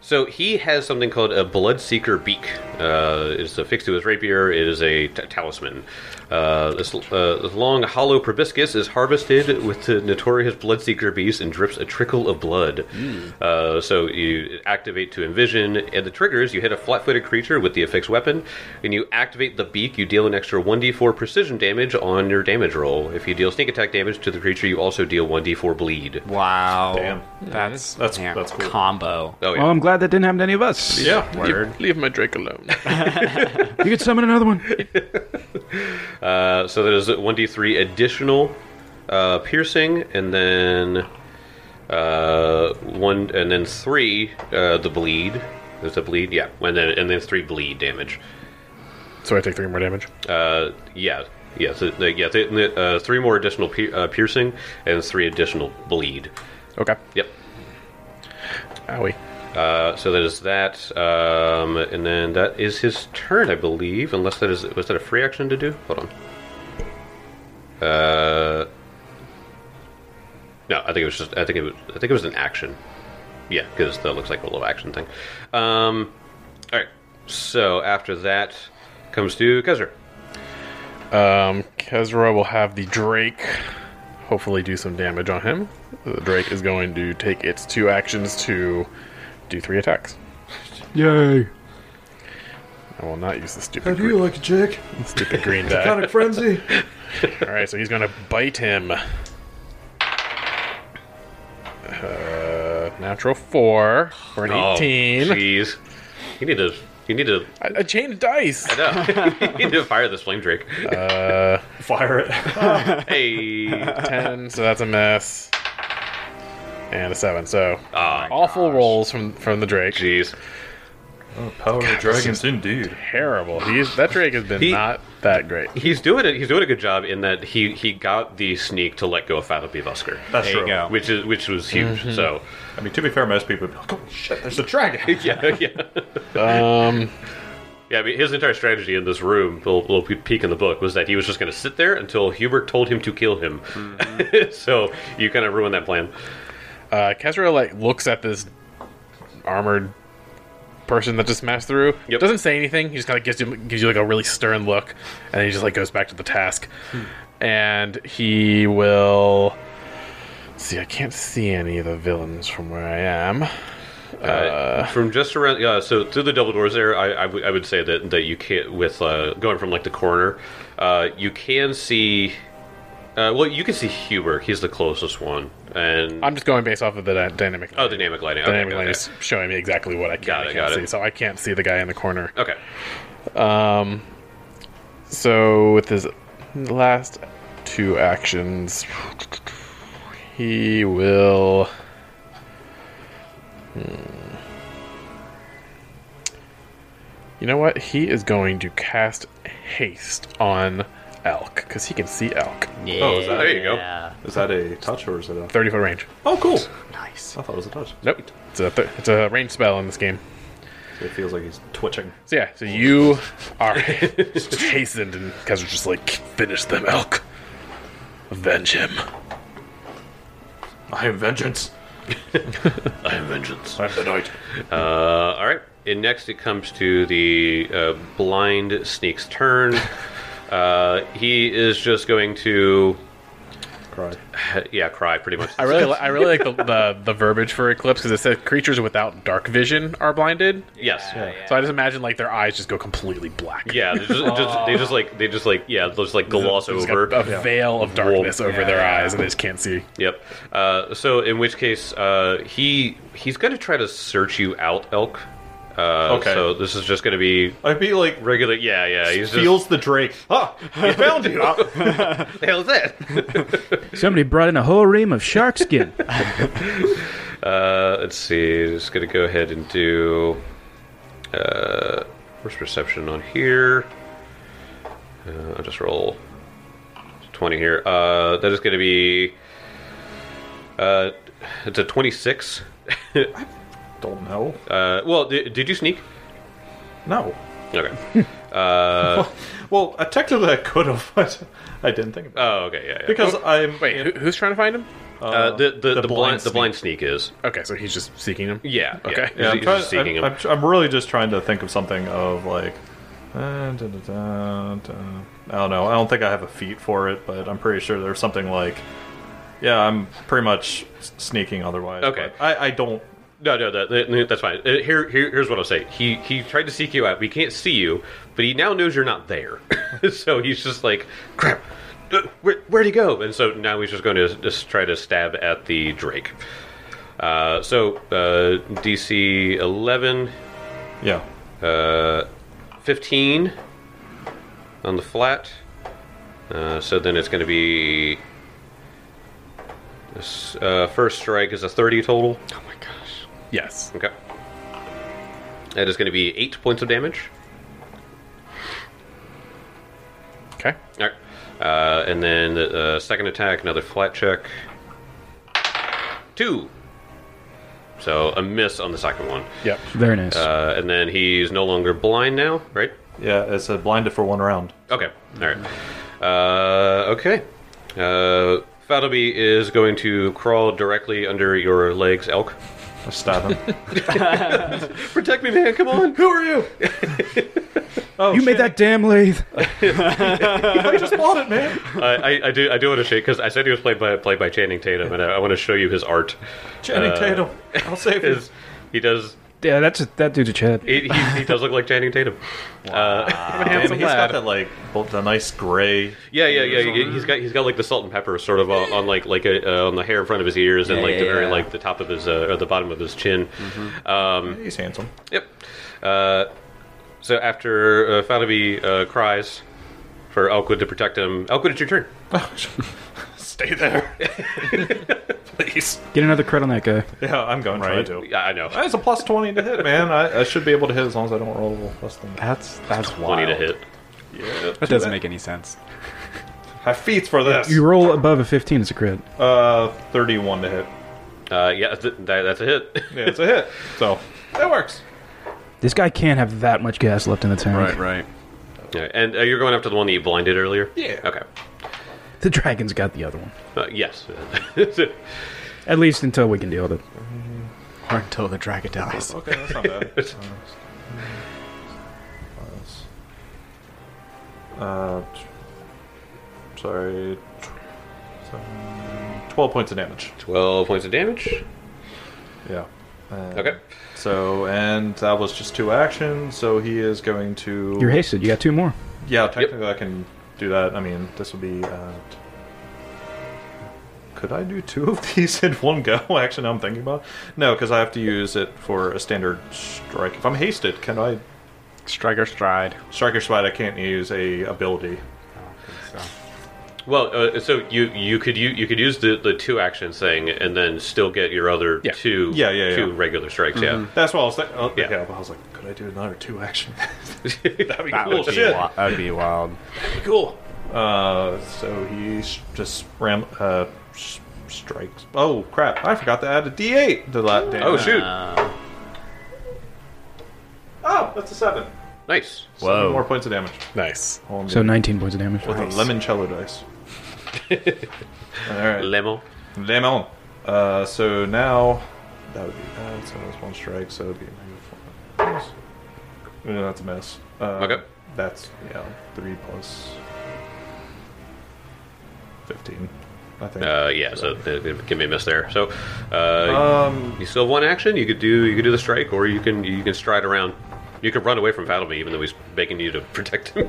so he has something called a Bloodseeker Beak. Uh, it's affixed to his rapier. It is a t- talisman. Uh, this, uh, this long, hollow proboscis is harvested with the notorious Bloodseeker beast and drips a trickle of blood. Uh, so you activate to envision, and the triggers you hit a flat-footed creature with the affixed weapon. When you activate the beak, you deal an extra 1d4 precision damage on your damage roll. If you deal sneak attack damage to the creature, you also deal 1d4 bleed. Wow. Damn. That's, That's- man, that's cool. combo. Oh yeah. Well, I'm glad that didn't happen to any of us. yeah. Leave, leave my Drake alone. You could summon another one. Uh, so there's 1d3 additional uh, piercing, and then uh, one, and then three uh, the bleed. There's a bleed, yeah, and then and then three bleed damage. so I take three more damage. Uh, yeah, yeah, so, uh, yeah. Th- th- uh, three more additional pi- uh, piercing and three additional bleed. Okay. Yep. Owie. Uh, so that is that, um, and then that is his turn, I believe. Unless that is was that a free action to do? Hold on. Uh, no, I think it was just. I think it was. I think it was an action. Yeah, because that looks like a little action thing. Um, all right. So after that comes to Kezer. Um, Kezra will have the Drake. Hopefully, do some damage on him. The Drake is going to take its two actions to do three attacks. Yay. I will not use the stupid. How do you green- like Jake? Stupid green die. Kind of frenzy. All right, so he's gonna bite him. Uh, natural four for an eighteen. Oh, jeez. You need to. You need to. I, I changed dice. No. you need to fire this flame drake. Fire it. hey. Ten, so that's a miss. And a seven, so Ah, awful rolls from from the Drake. jeez. Oh, power of dragons, indeed. Terrible. He's that Drake has been He- not that great. He's doing it. He's doing a good job in that he he got the sneak to let go of Fatal Busker, That's There true. you go. Mm-hmm. which is which was huge. So I mean, to be fair, most people would be like, oh shit, there's a dragon. yeah, yeah. Um, Yeah, I mean, his entire strategy in this room, little, little pe- peek in the book, was that he was just going to sit there until Hubert told him to kill him. Mm-hmm. so you kind of ruined that plan. Uh, Kezra like looks at this armored person that just smashed through. Yep. Doesn't say anything. He just kind of gives you gives you like a really stern look, and then he just like goes back to the task. Hmm. And he will see. I can't see any of the villains from where I am. Uh, from just around, yeah. So through the double doors there, I I would- I would say that that you can't with uh, going from like the corner, uh, you can see. Uh, well, you can see Huber. He's the closest one, and I'm just going based off of the uh, dynamic. oh, dynamic lighting. Okay, dynamic okay. line is showing me exactly what I can, Got it, I got can't see. it. So I can't see the guy in the corner. Okay. So with his last two actions, he will. Hmm. You know what? He is going to cast haste on Elk because he can see Elk, Yeah. Oh, is that- there you go. Is that a touch or is it a? thirty foot range. Oh, cool. Nice. I thought it was a touch. Nope, it's a th- it's a range spell in this game. It feels like he's twitching. So yeah, so you are hastened and guys are just like finish them, Elk. Avenge him. I am vengeance. I have vengeance. I am the knight. Uh, all right. And next, it comes to the uh, blind snake's turn. Uh, he is just going to, Cry. yeah, cry pretty much. I really, li- I really like the, the the verbiage for Eclipse because it says creatures without dark vision are blinded. yes. Yeah. So I just imagine like their eyes just go completely black. they just, just- they just like they just like yeah, just like gloss It's got over. a veil of darkness over their eyes, and they just can't see. Yep. Uh, so in which case, uh, he he's going to try to search you out, Elk. Uh, Okay. So this is just going to be I'd be like regular. Yeah, yeah. He's just feels the Drake. Ah, he found you. What the hell is that? Somebody brought in a whole ream of shark skin. Uh, let's see. Just gonna go ahead and do uh, first perception on here. Uh, I'll just roll twenty here. Uh, that is gonna be. Uh, it's a twenty-six. Don't know. Uh, well, did, did you sneak? No. Okay. Well, uh, technically I could have, but I didn't think about it. Oh, okay. Yeah. yeah. Because I'm. Wait, who, who's trying to find him? uh, the, the, the, the blind blind the sneak. blind sneak is Okay, so he's just seeking him. yeah. yeah. Okay. He's- Yeah, I'm, he's trying, just seeking him. I'm, I'm, tr- I'm really just trying to think of something of like. uh, da, da, da, da. I don't know. I don't think I have a feat for it, but I'm pretty sure there's something like. Yeah, I'm pretty much s- sneaking otherwise. Okay. but I, I don't. No, no, that, that- that's fine. Uh, Here, here, here's what I'll say. He he tried to seek you out. We can't see you, but he now knows you're not there. so he's just like, crap. uh, Where, where'd he go? And so now he's just going to just try to stab at the Drake. Uh, so uh, DC 11, Yeah. uh, 15 on the flat. Uh, so then it's going to be this uh, first strike is a 30 total. Oh my gosh. Yes. Okay. That is going to be eight points of damage. Okay. All right. Uh, and then uh, second attack, another flat check. Two. So a miss on the second one. Yep. Very nice. Uh, and then he's no longer blind now, right? Yeah, it's a blinded for one round. Okay. All right. Uh, okay. Uh, Fadleby is going to crawl directly under your legs, elk. I stab him. Protect me, man! Come on. who are you? oh, you made that damn lathe. I just bought it, man. I, I, I do. I do want to shake because I said he was played by played by Channing Tatum, and I, I want to show you his art. Channing Uh, Tatum. I'll save you. is he does Yeah, that's a, that dude's a Chad. he, he, he does look like Channing Tatum. Uh, Damn, he's got that like both the nice gray. yeah, yeah, yeah. he- He's got he's got like the salt and pepper sort of on, on like like a, uh, on the hair in front of his ears and Yeah, like the yeah, very yeah. like the top of his uh, or the bottom of his chin. He's handsome. Yep. Uh, so after uh, Fanaby uh, cries for Elkwood to protect him, Elkwood, it's your turn. Stay there, please. Get another crit on that guy. Yeah, I'm going right. to. Yeah, I know. That's a plus twenty to hit, man. I, I should be able to hit as long as I don't roll less than. That's that's wild. Plenty to hit. That doesn't make any sense. Have feats for this. You roll above a 15, it's a crit. Uh, thirty-one to hit. Uh, yeah, th- that, that's a hit. Yeah, it's a hit. So that works. This guy can't have that much gas left in the tank. Right, right. Yeah, and uh, you're going after the one that you blinded earlier. Yeah. Okay. The dragon's got the other one. Uh, yes. At least until we can deal with it. Or until the dragon dies. Okay, that's not bad. That's- Uh, t- sorry. tw- seven- 12 points of damage. Twelve points of damage. Yeah. And Okay. Uh, So, and that was just two actions, so he is going to. You're hasted. You got two more. Yeah, technically I can do that. I mean, this will be. Uh, t- could I do two of these in one go? Actually, now I'm thinking about it. No, because I have to use it for a standard strike. If I'm hasted, can I. Striker stride. Striker Spite, I can't use a ability. Well, uh, so you you could you, you could use the, the two action thing and then still get your other Yeah. two Yeah, yeah, two yeah. regular strikes. That's what I was thinking. Oh, Yeah. okay, I was like, could I do another two action? Yeah. That'd be That would be, shit. wi- that would Uh, be wild. cool. Uh, so he s- just ram uh s- strikes. Oh crap! I forgot to add a D8 to that. damage. Oh shoot! Oh, that's a seven. nice. Seven Whoa. more points of damage. Nice. On So the- 19 points of damage. with a lemon cello dice. All right, Lemo. lemon. Uh, so now that would be that. So that's one strike. So it'd be negative four. Yeah, that's a miss. Uh, Okay. That's yeah, three plus fifteen. I think. Uh, yeah, so uh, give me a miss there. So uh, um, you still have one action. You could do you could do the strike, or you can you can stride around. You could run away from Fatalme, even though he's begging you to protect him.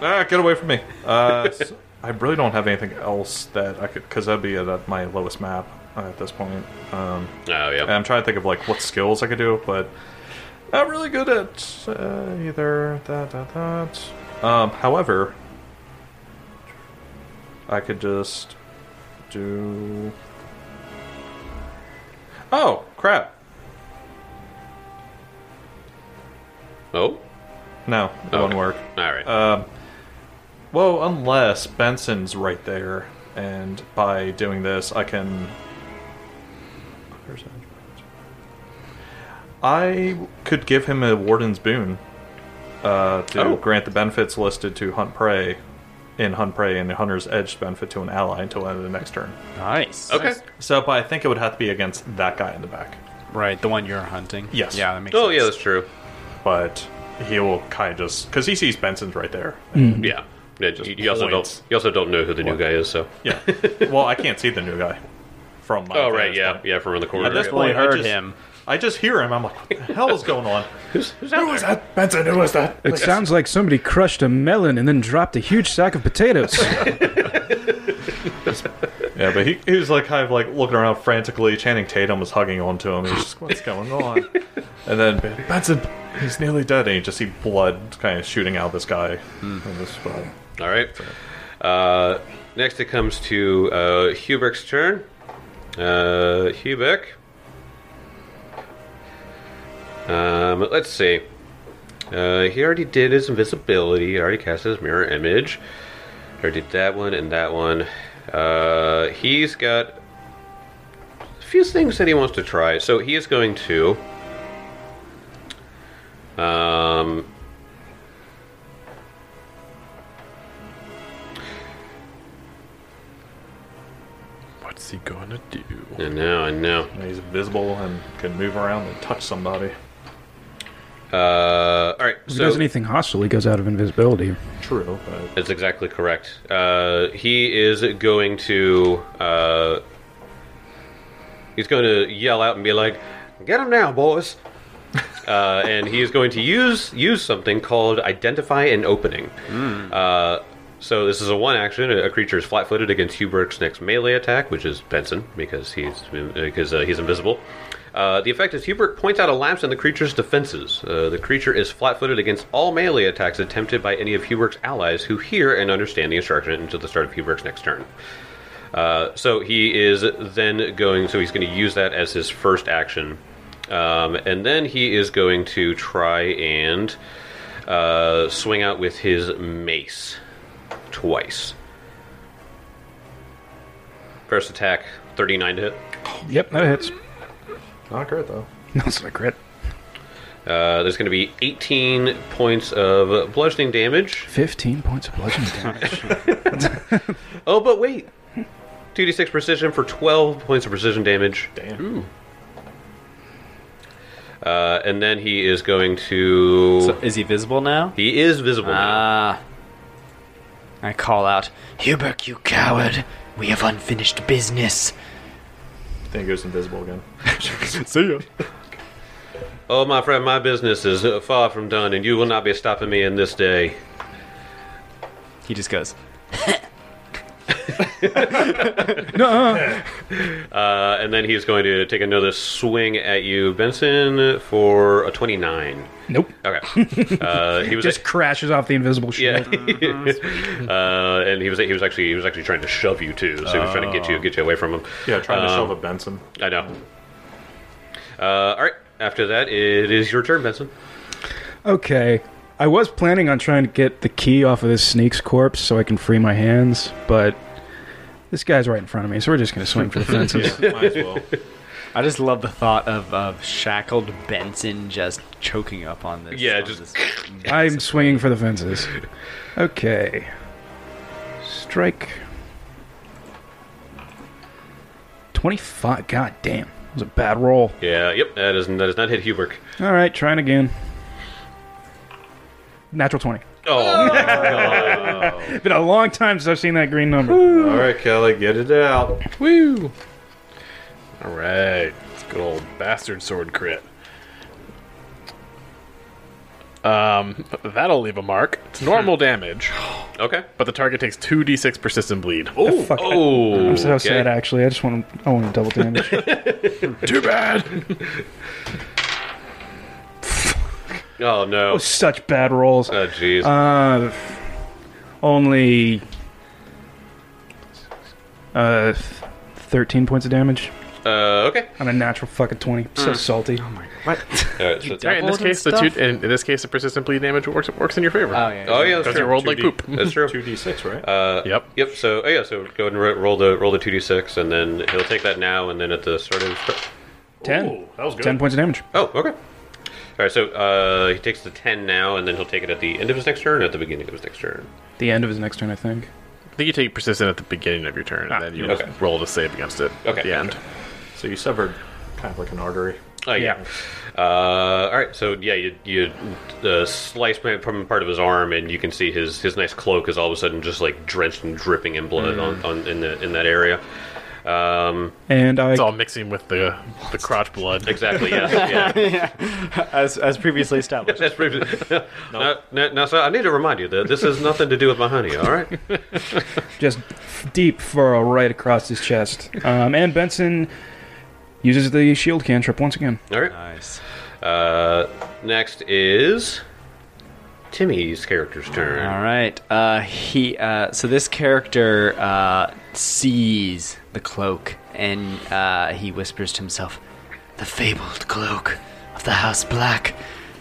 Oh, ah, get away from me. Uh, s- I really don't have anything else that I could, because that'd be at uh, my lowest map uh, at this point. Um, oh yeah. And I'm trying to think of like what skills I could do, but not really good at uh, either that that that. Um, however, I could just do. Oh crap! oh, No, it won't Okay. work. all right. Um, well, unless Benson's right there, and by doing this, I can. I could give him a warden's boon uh, to Oh. grant the benefits listed to hunt prey, in hunt prey, and hunter's edge benefit to an ally until the end of the next turn. Nice. okay. So, but I think it would have to be against that guy in the back. Right, the one you're hunting. Yes. Yeah, that makes Oh sense. yeah, that's true. But he will kind of just because he sees Benson's right there. Yeah. Yeah, you, you also points. don't you also don't know who the new guy is. So Yeah. well, I can't see the new guy from my. oh right, vantage yeah, point. yeah, from around the corner. At this yeah. Well, I point, I heard just, him. I just hear him. I'm like, what the hell is going on? Who's out there? that Benson? Who is that? It sounds like somebody crushed a melon and then dropped a huge sack of potatoes. Yeah, but he, he was like kind of like looking around frantically. Channing Tatum was hugging onto him. He's just, what's going on? And then Benson, he's nearly dead, and you just see blood kind of shooting out of this guy. in this spot. All right. Uh, next, it comes to uh, Hubert's turn. Uh, Hubert. Um, let's see. Uh, he already did his invisibility. He already cast his mirror image. He already did that one and that one. Uh, he's got a few things that he wants to try. So he is going to. Um, What's he gonna do? I know, I know. And he's invisible and can move around and touch somebody. Uh, all right. if he so does anything hostile, he goes out of invisibility. True, but That's exactly correct. Uh, he is going to. Uh, he's going to yell out and be like, "Get him now, boys!" uh, and he is going to use use something called identify an opening. Uh, so this is a one action. A a creature is flat-footed against Hubert's next melee attack, which is Benson because he's because uh, he's invisible. Uh, the effect is Hubert points out a lapse in the creature's defenses. Uh, the creature is flat-footed against all melee attacks attempted by any of Hubert's allies who hear and understand the instruction until the start of Hubert's next turn. Uh, so he is then going. So he's going to use that as his first action, um, and then he is going to try and uh, swing out with his mace twice. First attack, thirty-nine to hit. Yep, that hits. not great though. That's not a crit. Uh, there's going to be 18 points of bludgeoning damage. 15 points of bludgeoning damage. Oh, but wait. 2d6 precision for 12 points of precision damage. Damn. Uh, and then he is going to. So is he visible now? he is visible. now. Ah. I call out, Huberk, you coward! We have unfinished business. Then he goes invisible again. See ya. Oh, my friend, my business is uh, far from done, and you will not be stopping me in this day. He just goes. Uh, and then he's going to take another swing at you, Benson, for a 29. nope. Okay. Uh, he was Just crashes off the invisible yeah, shield. uh, and he was he was actually he was actually trying to shove you too, so he was trying to get you get you away from him. Yeah, trying to Um, shove a Benson. I know. Uh, all right. After that, it is your turn, Benson. Okay. I was planning on trying to get the key off of this sneak's corpse so I can free my hands, but this guy's right in front of me, so we're just going to swing for the fences. Might as well. I just love the thought of, of shackled Benson just choking up on this. Yeah, on this just- I'm swinging for the fences. Okay. Strike. 25. God damn. That was a bad roll. Yeah. Yep. That is that is not hit Huberk. All right, trying again. Natural 20. Oh. It's been a long time since I've seen that green number. All right, Kelly, get it out. Woo! All right, it's good old bastard sword crit. Um, that'll leave a mark. It's normal damage, okay. but the target takes two d6 persistent bleed. Oh. fuck. Oh. I'm so sad, actually. I just want to, I want to double damage. Too bad. Oh no. Such bad rolls. Oh jeez. Uh, only uh, 13 points of damage Uh, okay. on a natural fucking 20. So salty. All right. So, All right, in this case, the two, in, in this case, the persistent bleed damage works works in your favor. Oh, yeah. oh yeah, that's because you true. rolled like 2D. poop. That's true. 2d6, right? Uh, Yep. Yep. So oh, yeah. So go ahead and ro- roll the roll the two d six, and then he'll take that now, and then at the start of. 10. Ooh, that was good. 10 points of damage. Oh, okay. All right. So uh, he takes the ten now, and then he'll take it at the end of his next turn, or at the beginning of his next turn. The end of his next turn, I think. I think you take persistent at the beginning of your turn, and then you okay. roll to save against it. Okay, At the end. So you severed kind of like an artery. Oh yeah. Uh, all right. So yeah, you you uh, slice from part of his arm, and you can see his his nice cloak is all of a sudden just like drenched and dripping in blood on, on in the in that area. Um, And I It's all mixing with the the crotch blood. exactly. Yes. Yeah. as, as previously established. That's pretty. Now, now, now, so I need to remind you that this has nothing to do with my honey. All right. just deep furrow right across his chest. Um, and Benson uses the shield cantrip once again. All right. nice. Uh, next is Timmy's character's turn. All right. Uh, he. Uh, so this character uh, sees the cloak, and uh, he whispers to himself, "The fabled cloak of the House Black,"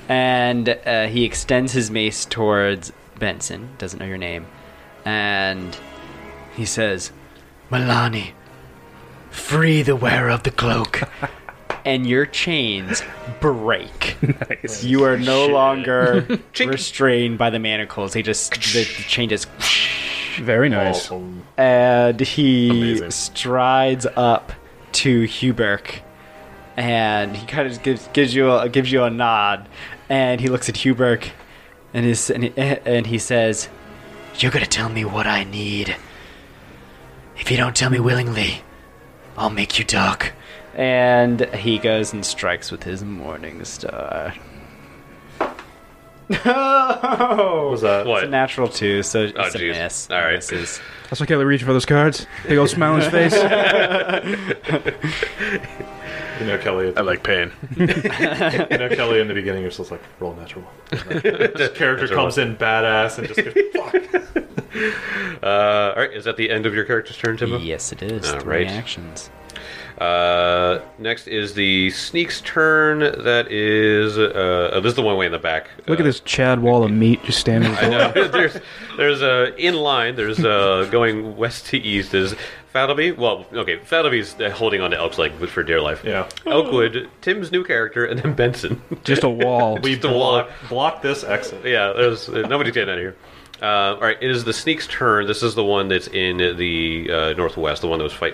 and uh, he extends his mace towards Benson. Doesn't know your name, and he says, "Milani, free the wearer of the cloak." And your chains break. You are no longer restrained by the manacles. They just the, the chain just Very nice. Awesome. and he Amazing. strides up to Huberk, and he kind of gives gives you a, gives you a nod, and he looks at Huberk, and is and he, and he says, "You're gonna tell me what I need. If you don't tell me willingly, I'll make you talk." And he goes and strikes with his morning star. No! What was that? What? It's a natural two, so it's a jeez. miss. All right. Misses. That's why Kelly reaching for those cards. Big old smile on his face. You know, Kelly. I like pain. you know, Kelly in the beginning was just like roll natural. this character comes in badass and just goes, fuck. Uh, all right. Is that the end of your character's turn, Timbo? Yes, it is. All Three right. actions. Uh, next is the sneak's turn. That is uh, oh, this is the one way in the back. Look at Uh, this Chad wall of meat just standing. I know. there's there's uh, in line. There's uh, going west to east is Fadleby. Well, okay, Fadleby's uh, holding on to Elk's leg for dear life. Yeah. Oakwood, Tim's new character, and then Benson. Just a wall. We Block, block this exit. Yeah, there's uh, nobody did that here. Uh, all right, it is the sneak's turn. This is the one that's in the uh, northwest, the one that was fight,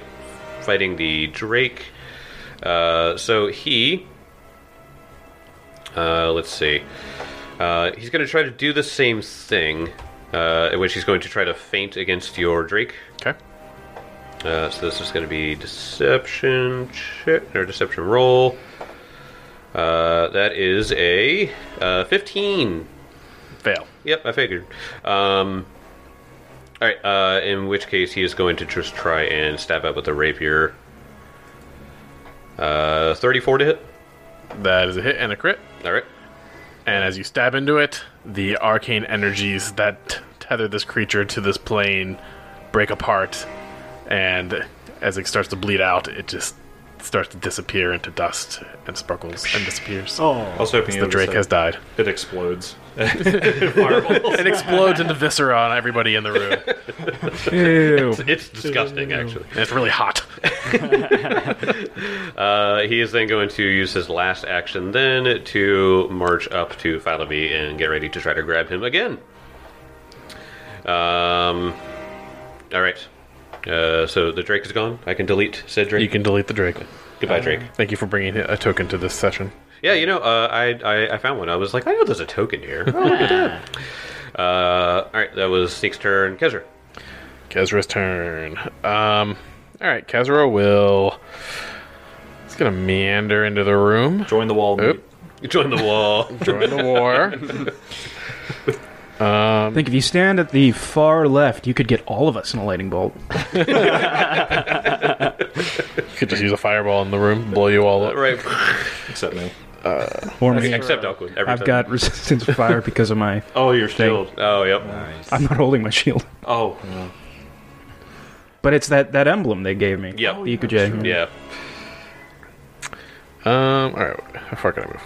fighting the Drake. Uh, so he, uh, let's see, uh, he's going to try to do the same thing, uh, in which he's going to try to feint against your Drake. Okay. Uh, so this is going to be deception check or deception roll. Uh, that is a uh, fifteen. Fail. Yep, I figured. Um, all right. Uh, in which case, he is going to just try and stab out with a rapier. Uh, thirty-four to hit. That is a hit and a crit. All right. And as you stab into it, the arcane energies that tether this creature to this plane break apart. And as it starts to bleed out, it just starts to disappear into dust and sparkles and disappears. Oh, Also hoping you the notice Drake that has died. it explodes. It explodes into viscera on everybody in the room. and Ew. It's disgusting, actually. it's really hot. Uh, he is then going to use his last action then to march up to Falabi and get ready to try to grab him again. Um, all right. Uh, so the Drake is gone. I can delete said Drake. You can delete the Drake. Goodbye, Drake. Thank you for bringing a token to this session. Yeah, you know, uh, I, I I found one. I was like, I know there's a token here. Oh, look at that. Uh, all right, that was Sneak's turn. Kezra. Kezra's turn. Um, all right, Kezra will. It's gonna meander into the room. Join the wall. Oop. You join the wall. Join the war. I think if you stand at the far left, you could get all of us in a lightning bolt. You could just use a fireball in the room, blow you all up. right. Except me. Or me. Except Elkwood. Every I've time. got resistance to fire because of my. Oh, your shield. Oh, yep. I'm not holding my shield, Oh, but it's that that emblem they gave me. Yep. the Ikuja. Yeah. Um, all right, how far can I move?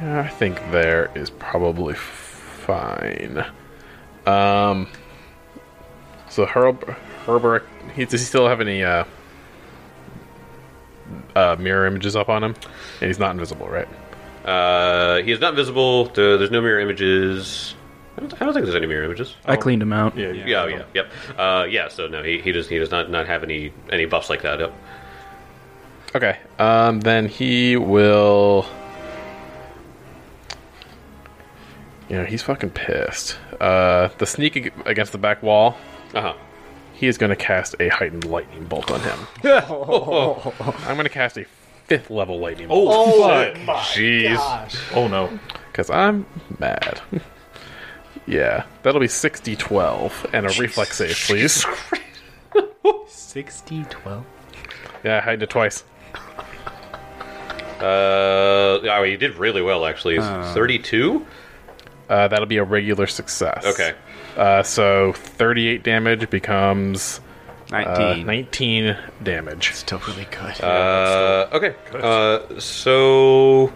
Yeah, I think there is probably fine. Um, so Herb, Herberic, he, does he still have any uh, uh, mirror images up on him? And he's not invisible, right? Uh, he is not visible. There- There's no mirror images. I don't, I don't think there's any mirror images. I cleaned him out. yeah. Yeah, oh, yeah, yep. Uh, yeah. So no, he, he does he does not, not have any any buffs like that. Yep. Okay. Um, then he will. You know, he's fucking pissed. Uh, the sneak ag- against the back wall, Uh huh. he is going to cast a heightened lightning bolt on him. I'm going to cast a fifth level lightning bolt. Oh, fuck. Jeez. Oh no. Because I'm mad. yeah. That'll be 60 12. And a reflex save, please. 60, 12. yeah, I heightened it twice. Uh, oh, he did really well actually. Thirty-two. Uh, that'll be a regular success. Okay. Uh, so 38 damage becomes uh, 19. 19 damage. Still really good. Uh, okay. Uh, so.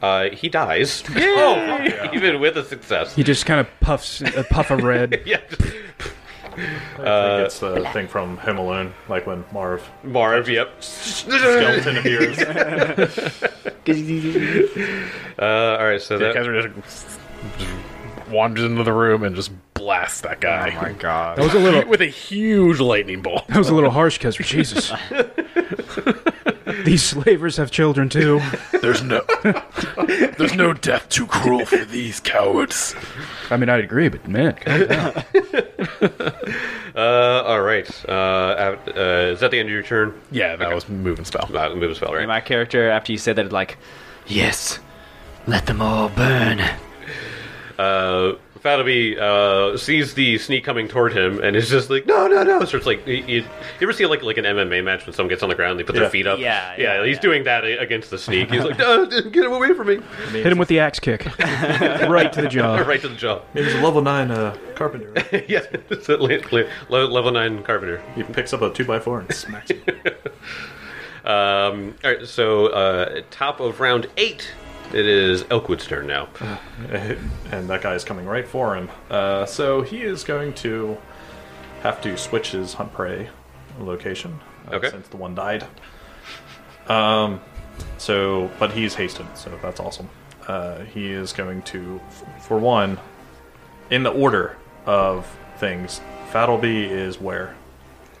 Uh, he dies. Oh, Even with a success. He just kind of puffs a puff of red. Yeah. Uh, it's the thing from Him Alone, like when Marv Marv, yep. skeleton appears. Uh, alright, so Yeah, that. Kaiser just wanders into the room and just blasts that guy oh my god. That was a little. with a huge lightning bolt. That was a little harsh, Kezra. Jesus. These slavers have children too. There's no, there's no death too cruel for these cowards. I mean, I'd agree, but man, God, Uh, alright. Uh, av- uh, is that the end of your turn? Yeah, that was moving spell. Uh, move a spell, And right? my character, after you said that, like, yes, Let them all burn. Uh, Fatabi uh, sees the sneak coming toward him and is just like, no, no, no. So it's like, you, you ever see like like an MMA match when someone gets on the ground, they put Yeah. their feet up? Yeah, Yeah, yeah, he's yeah. doing that against the sneak. He's like, no, get him away from me. Hit him with the axe kick. right to the jaw. right to the jaw. He was a level 9 uh, carpenter. right? yeah, it's a le- le- le- level 9 carpenter. he picks up a 2x4 and smacks it. Um, all right, so uh, top of round eight, it is Elkwood's turn now. and that guy is coming right for him. Uh, so he is going to have to switch his hunt prey location uh, Okay. since the one died. Um, so but he's hasted, so that's awesome. Uh, he is going to, f- for one, in the order of things. Fattleby is where?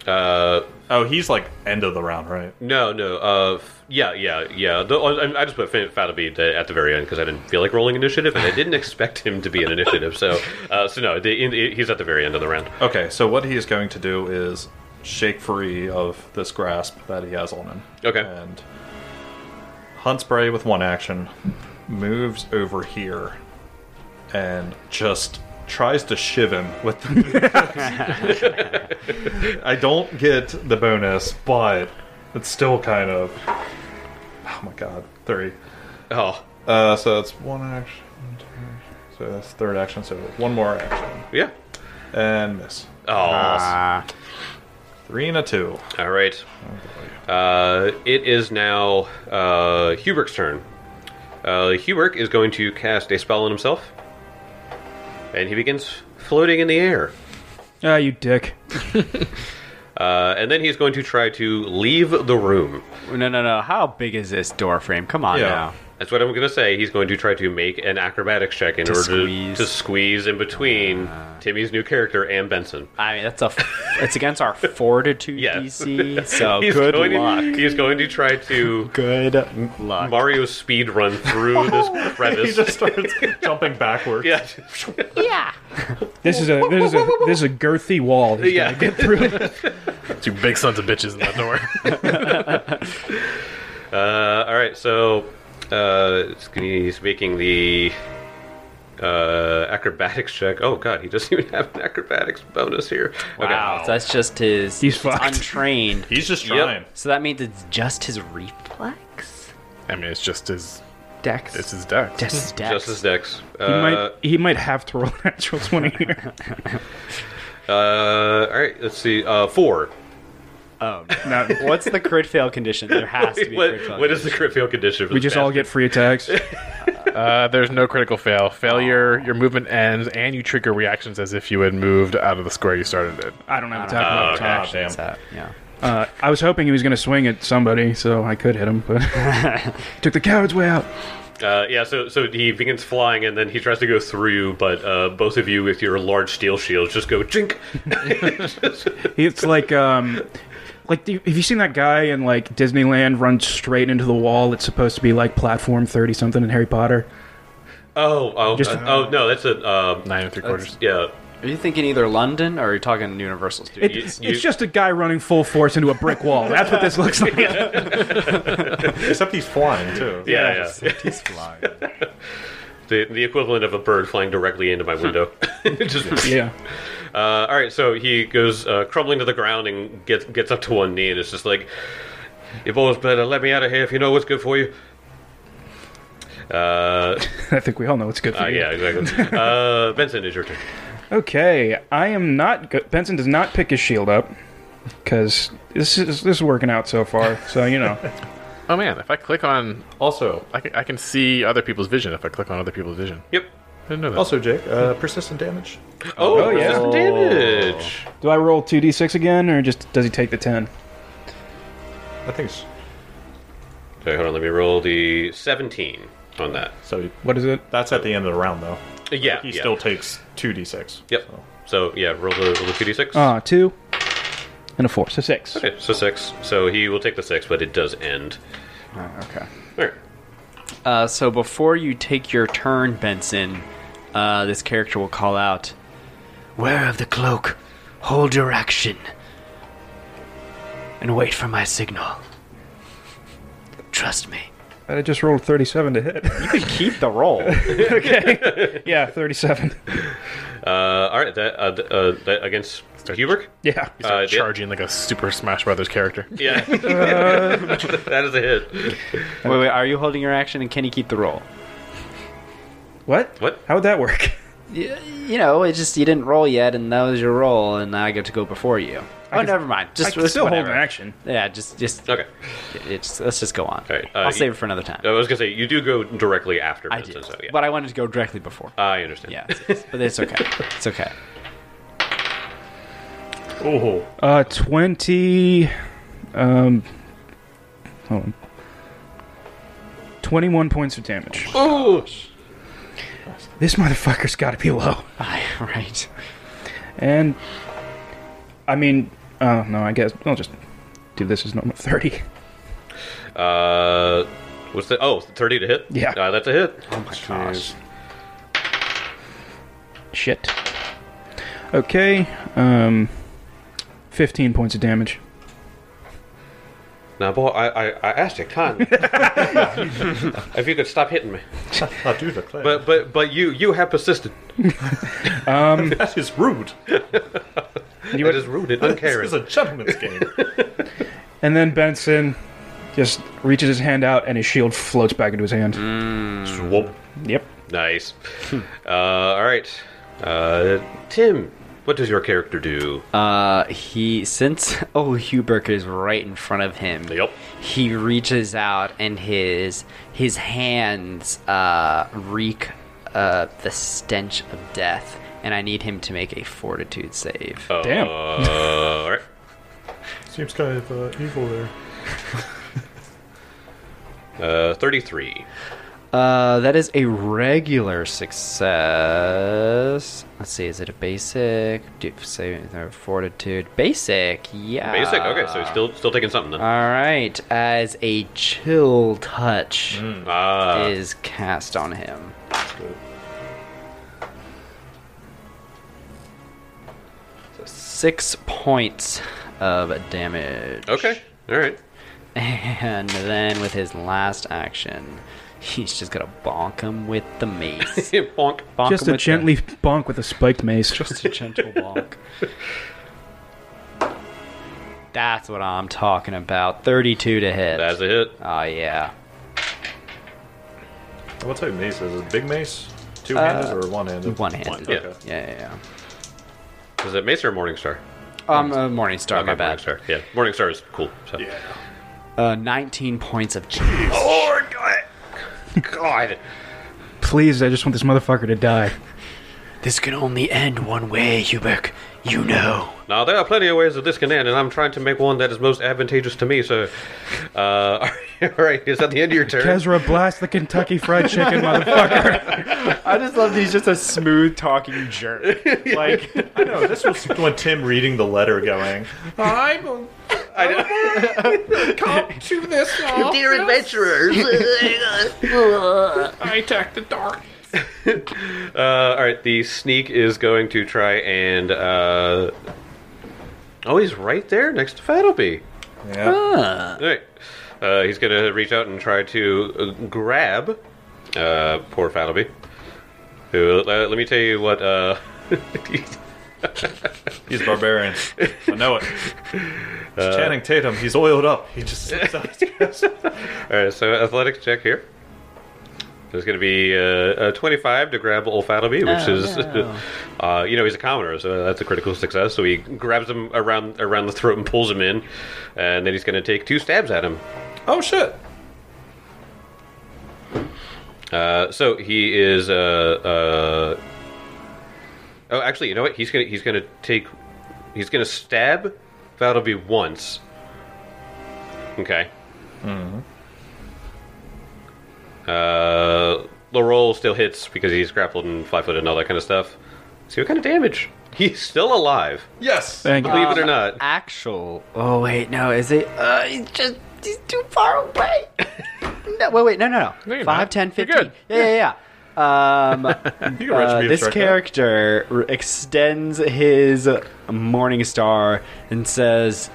Uh, Oh, he's like end of the round, right? no, no. Uh, f- yeah, yeah, yeah. The, oh, I, I just put Fa- Fatima to- at the very end because I didn't feel like rolling initiative, and I didn't expect him to be an initiative. So, uh, so no, the, in, he's at the very end of the round. Okay, so what he is going to do is shake free of this grasp that he has on him. Okay. And hunt spray with one action, moves over here, and just tries to shiv him with the I don't get the bonus, but it's still kind of. Oh my god, three. Oh, Uh, so that's one action. two actions, So that's third action, so one more action. yeah. And miss. Oh, Ah. Three and a two. all right. Uh, it is now uh, Hubert's turn. Uh, Hubert is going to cast a spell on himself, and he begins floating in the air. Ah, you dick. Uh, and then he's going to try to leave the room. Oh, No, no, no. How big is this door frame? Come on Yeah. now. That's what I'm going to say. He's going to try to make an acrobatics check in To order squeeze. To, to squeeze in between Timmy's new character and Benson. I mean, that's a. f- it's against our fortitude Yes. DC. So he's Oh, good going luck. To, he's going to try to Good luck. Mario speed run through this he crevice. just starts jumping backwards. yeah, This is a this is a this is a girthy wall. He's yeah. gotta get through. Two big sons of bitches in that door. Uh, all right, so uh, he's making the uh, acrobatics check. Oh God, he doesn't even have an acrobatics bonus here. Wow, Okay. so that's just his. He's it's fucked. untrained. He's just Yep. trying. So that means it's just his reflex. I mean, it's just his. Dex. It's his deck. just his dex. Just his dex. Uh, He might he might have to roll a natural twenty here. Uh, all right, let's see. Uh, four. Oh, no. No, What's the crit fail condition? There has to be a crit fail. What, what is the crit fail condition? For we this just all bastard? get free attacks. Uh, there's no critical fail. Failure, your movement ends, and you trigger reactions as if you had moved out of the square you started in. I don't have attack. know. modifier. okay. Ah, damn. It's that, yeah. Uh, I was hoping he was going to swing at somebody, so I could hit him, but took the coward's way out. Uh, yeah, so so he begins flying, and then he tries to go through you, but uh, both of you, with your large steel shields, just go chink. It's like, um, like do- have you seen that guy in like Disneyland run straight into the wall? It's supposed to be like platform thirty something in Harry Potter. Oh, oh, Just- uh, oh no, that's a um, Nine and three quarters. yeah. Are you thinking either London or are you talking Universal It, Studios? You- you- it's just a guy running full force into a brick wall. That's what this looks like. Except he's flying too. Yeah, yeah, He's flying. The, the equivalent of a bird flying directly into my window. Just- yeah, uh, all right, so he goes uh, crumbling to the ground and gets gets up to one knee, and it's just like, "You've always better let me out of here if you know what's good for you." Uh, I think we all know what's good for uh, you. yeah, exactly. Uh, Benson, is your turn. Okay, I am not. Go- Benson does not pick his shield up because this is this is working out so far. So you know, Oh man, if I click on, Also, I can, I can see other people's vision. If I click on other people's vision, Yep. I didn't know that. also Jake, uh, persistent damage. Oh, yeah. resistant damage. do I roll two d six again, or just does he take the ten? I think s- Okay, hold on. Let me roll the 17 on that. so. he- What is it? That's at the end of the round though. Uh, Yeah, He yeah. still takes two d six. Yep. So yeah, roll the, roll the 2d6. Ah, two and a four, so six. Okay, so six. So he will take the six, but it does end. okay. All right. Uh, so before you take your turn, Benson, uh, this character will call out, "Wear of the cloak, hold your action, and wait for my signal. Trust me." I just rolled a 37 to hit. Keep the roll. okay. Yeah, 37. Uh, all right, that, uh, th- uh, that against Hubert. Yeah. He's like Uh, yeah. charging like a Super Smash Brothers character. Yeah, that is a hit. Wait, wait. Are you holding your action, and can you keep the roll? What? What? How would that work? Y- You know, it's just you didn't roll yet, and that was your roll, and I get to go before you. oh, can- never mind. Just I can just still hold whatever. an action. Yeah, just just Okay, it's, let's just go on. All right, uh, I'll you- save it for another time. I was gonna say you do go directly after I Benson, did, so yeah. Uh, but I wanted to go directly before. I understand. yeah, it's- it's- but it's okay. It's okay. Oh, Uh, 20. Um, hold on. 21 points of damage. Oh, This motherfucker's gotta be low. right. And. I mean, uh, no, I guess I'll just do this as normal 30. uh, what's the? Oh, 30 to hit. Yeah. uh, that's a hit. Oh my gosh. Shit. Okay, um, 15 points of damage. Now, boy, I, I, I asked you, kind. if you could stop hitting me. I do declare. But but but you you have persisted. that is rude. You it is rude and uncaring. This is a gentleman's game. And then Benson just reaches his hand out and his shield floats back into his hand. Mm. Swoop. Yep. Nice. uh, all right, uh, Tim. What does your character do? Uh, he since oh Huberk is right in front of him. Yep. He reaches out and his his hands uh, reek uh, the stench of death, and I need him to make a Fortitude save. damn. Uh, all right. Seems kind of uh, evil there. Uh, 33. Uh, that is a regular success. Let's see, is it a basic? Do say uh, Fortitude basic? Yeah. Basic. Okay, so he's still still taking something then. All right, as a chill touch. Ah, is cast on him. So Six points of damage. okay. All right. And then with his last action, he's just gonna bonk him with the mace. Bonk. Bonk Just him a with the- gently bonk with a spiked mace. just a gentle bonk. That's what I'm talking about. 32 to hit. That's a hit. Oh yeah. What type of mace is it? Big mace? Two Uh, handed or one handed? One-handed. yeah. Okay. Yeah, yeah, Is it Mace or Morningstar? yeah. Um, uh, Morningstar, my Okay, bad. Morningstar. Yeah, Morningstar is cool. So. Uh, 19 points of damage. Lord God. God. Please, I just want this motherfucker to die. This can only end one way, Hubert. You know. Now there are plenty of ways that this can end, and I'm trying to make one that is most advantageous to me. So, uh, all right, is that the end of your turn? Kezra, blast the Kentucky Fried Chicken, motherfucker. I just love that he's just a smooth talking jerk. Like, I know, this was when Tim reading the letter going, I'm come to this Dear adventurers. I attack the dark. uh, all right, the sneak is going to try and. Uh... Oh, he's right there next to Fettleby. yeah. All right. Uh, he's going to reach out and try to uh, grab uh, poor Fallowby. Who, uh, let me tell you what. Uh, He's barbarian. I know it. It's Channing Tatum. He's oiled up. He just slips out his chest. all right, so athletics check here. There's going to be uh, a 25 to grab old Fallowby, which Oh, is, no. uh, you know, he's a commoner, so that's a critical success. So he grabs him around around the throat and pulls him in, and then he's going to take two stabs at him. Oh shit! Uh, so he is. Uh, uh, oh, actually, you know what? He's gonna he's gonna take he's gonna stab Valderby once. Okay. Uh, the roll still hits because he's grappled and flat footed and all that kind of stuff. See what kind of damage? He's still alive. Yes! Thank you. Believe Uh, it or not. Actual. Oh wait, no. Is it? Uh, he's just. He's too far away. no. Wait. Wait. No. No. No, No. you're Five, not. ten, You're fifteen. good. Yeah. Yeah. Yeah. Um, You can write uh, me a this check, huh? character r- extends his morning star and says,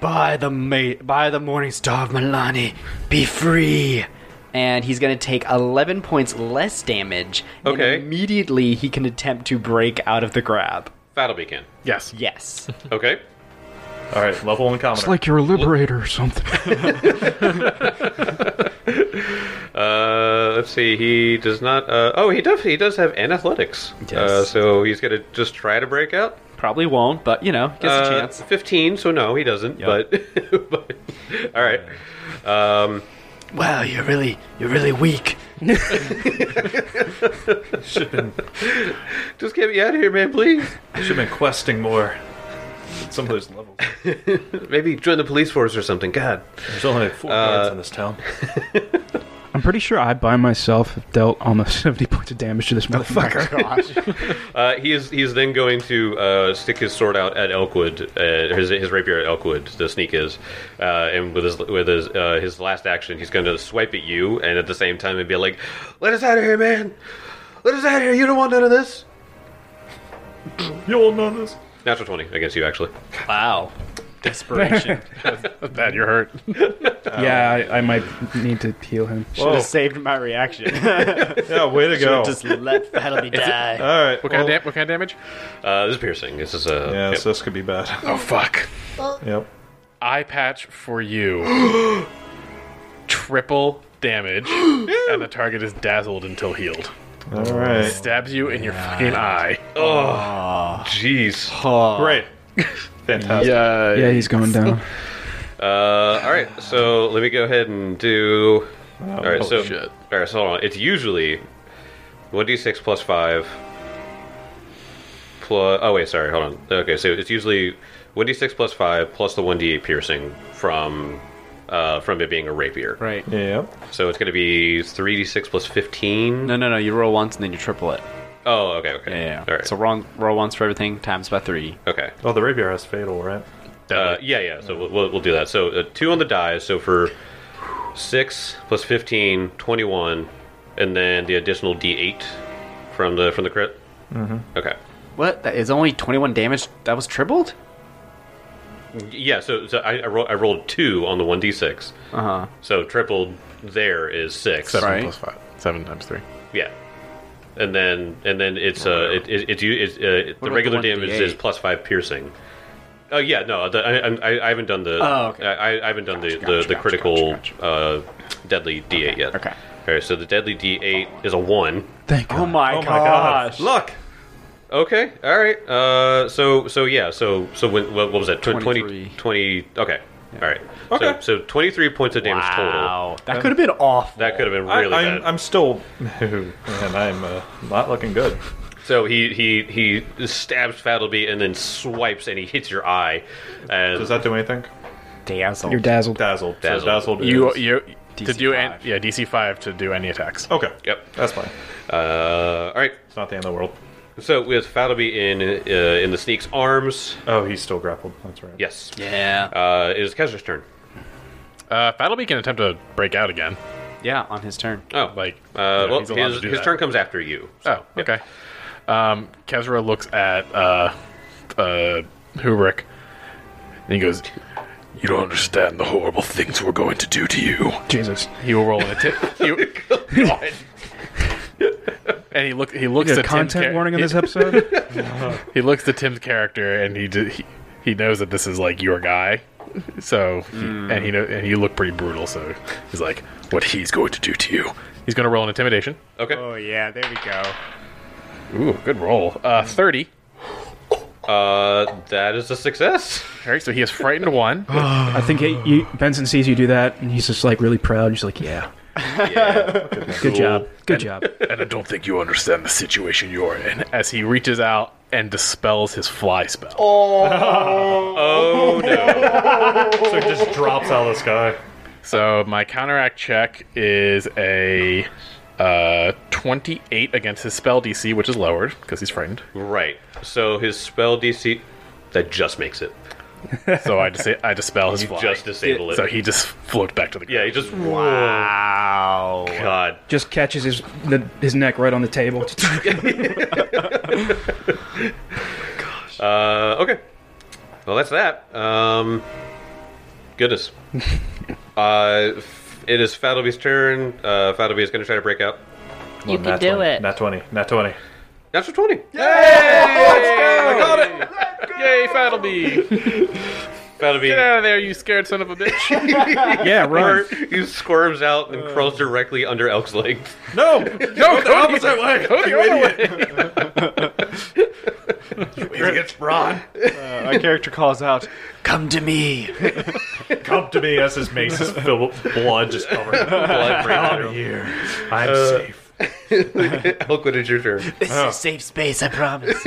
"By the ma- by the morning star of Milani, be free." and he's going to take 11 points less damage. Okay. And immediately he can attempt to break out of the grab. Battle Beacon. Yes. Yes. Okay. All right, level one commoner. It's like you're a liberator or something. Uh, let's see. He does not. Uh, oh, he does. He does have an athletics. Uh, Yes. so he's gonna just try to break out. Probably won't, but you know, gets Uh, a chance. Fifteen. So no, he doesn't. But, but all right. Um, Wow, you're really you're really weak. just get me out of here, man, please. should have been questing more. Some of those levels. Maybe join the police force or something. God. There's only four guards in this town. I'm pretty sure I by myself have dealt almost 70 points of damage to this motherfucker. Uh, he is. He is then going to uh, stick his sword out at Elkwood. Uh, his, his rapier at Elkwood. The sneak is, uh, and with his with his uh, his last action, he's going to swipe at you, and at the same time, and be like, "Let us out of here, man! Let us out of here! You don't want none of this." You all know this. Natural twenty against you, actually. Wow. Desperation. That's bad. You're hurt. yeah, I, I might need to heal him. Should have saved my reaction. Yeah, way to go. Just let Battleby die. all right. What kind, well, of, da- what kind of damage? Uh, this is piercing. This is a. yeah, so this could be bad. Oh, fuck. Yep. Eye patch for you. Triple damage, and the target is dazzled until healed. All right. Stabs you in your fucking eye. Jeez. Great. Fantastic. Yeah. Yeah, he's going down. Uh, all right, so let me go ahead and do. all Oh, right, so shit. all right, so hold on. It's usually one d six plus five. Plus, oh wait, sorry, hold on. Okay, so it's usually one d six plus five plus the one d eight piercing from uh, from it being a rapier. right. Yep. So it's going to be three d six plus fifteen. No, no, no. You roll once and then you triple it. Oh, okay, okay, Yeah. yeah. All right, So wrong, roll once for everything times by three. okay. Oh, the rapier has fatal, right? Uh, yeah, yeah. So we'll, we'll, we'll do that. So uh, two on the die. So for six plus 15, 21, and then the additional d8 from the from the crit. Mm-hmm. Okay. What? That is only 21 damage. That was tripled? Yeah. So, so I I, roll, I rolled two on the one d6. Uh huh. So tripled there is six. Seven Right. plus five. Seven times three. Yeah. And then and then it's uh it, it, it's you it's, uh, Oh, about the the regular 1d8? damage is plus five piercing. Oh yeah, no, the, I, I I haven't done the Oh, okay. I, I- I haven't done the, Gotcha, the, the gotcha, critical gotcha, uh deadly D eight yet. okay. All right, so the deadly D eight is a one. Thank Oh God. my, Oh my gosh. God. Look. Okay. All right. Uh. So. So yeah. So. So when, what, what was that? 20, 23. 20, 20 Okay. All right. Okay. So, so twenty three points of damage total. Wow. That could have been awful. That could have been I, really I'm, bad. I'm still. Man, I'm uh, not looking good. So he he he stabs Fattleby and then swipes and he hits your eye. And Does that do anything? dazzled. You're dazzled. Dazzled. So Dazzled. dazzled You is- you to DC do an, five. yeah DC five to do any attacks. Okay. Yep. That's fine. Uh, all right. It's not the end of the world. So with Fattleby in uh, in the sneak's arms. Oh, he's still grappled. That's right. Yes. yeah. Uh, it is Kezra's turn. Uh, Fattleby can attempt to break out again. yeah, on his turn. Oh, Like, uh, you know, well, he's allowed his, to do his that. turn comes after you. Oh, okay. Um, Kezra looks at uh, uh, Hubrick, and he goes, "You don't understand the horrible things we're going to do to you." Jesus. He will roll an attack. and he look he looks Is there at a Tim's content char- warning on he, this episode? he looks at Tim's character, and he d- he, he knows that this is like your guy. So, he- and he know, and you look pretty brutal. So he's like, "What he's going to do to you?" He's going to roll an intimidation. Okay. Oh yeah, there we go. Ooh, good roll. Uh, Thirty. Uh, that is a success. All right, so he is frightened one. I think he, you, Benson sees you do that, and he's just like really proud. He's like, yeah. Good job. Good job. and I don't think you understand the situation you're in. As he reaches out and dispels his fly spell. Oh no. So he just drops out of the sky. So my counteract check is a uh, 28 against his spell DC, which is lowered because he's frightened. right. So his spell DC that just makes it. So I, dis- I dispel his You fly. just disable it. so he just floats back to the ground. yeah, he just wow. Wow. God. Just catches his the, his neck right on the table. Uh, okay. Well, that's that. Um, goodness. uh, f- it is Fattleby's turn. Uh, Fattleby is going to try to break out. You Well, can nat do 20, it. Nat 20. Nat 20. Natural 20. Yay! I got it! Yay, Fattleby! Get Fattleby out of there, you scared son of a bitch! Yeah, run. he squirms out and crawls directly under Elk's legs. No! no, the opposite way! Idiot, Ron! Uh, my character calls out. Come to me. Come to me as his mace is filled with blood just covering Blood breaks through. here. Uh, I'm safe. Elk, what is your turn? This is safe space, I promise.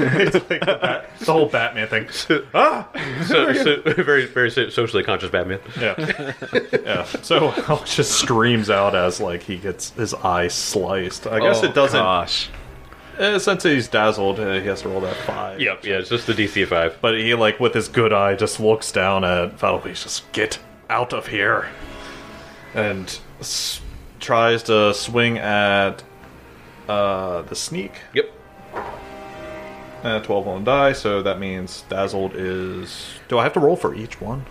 It's like the, bat, the whole Batman thing. So, so, very, very so- socially conscious Batman. Yeah. yeah. So Hulk just screams out as like he gets his eye sliced. I guess it doesn't. Gosh. Uh, since he's dazzled, uh, he has to roll that five. Yep, yeah, it's just the DC of 5. But he like with his good eye just looks down at Fallowby. Just get out of here, and s- tries to swing at uh, the sneak. Yep. Uh, Twelve won't die, so that means dazzled is. Do I have to roll for each one?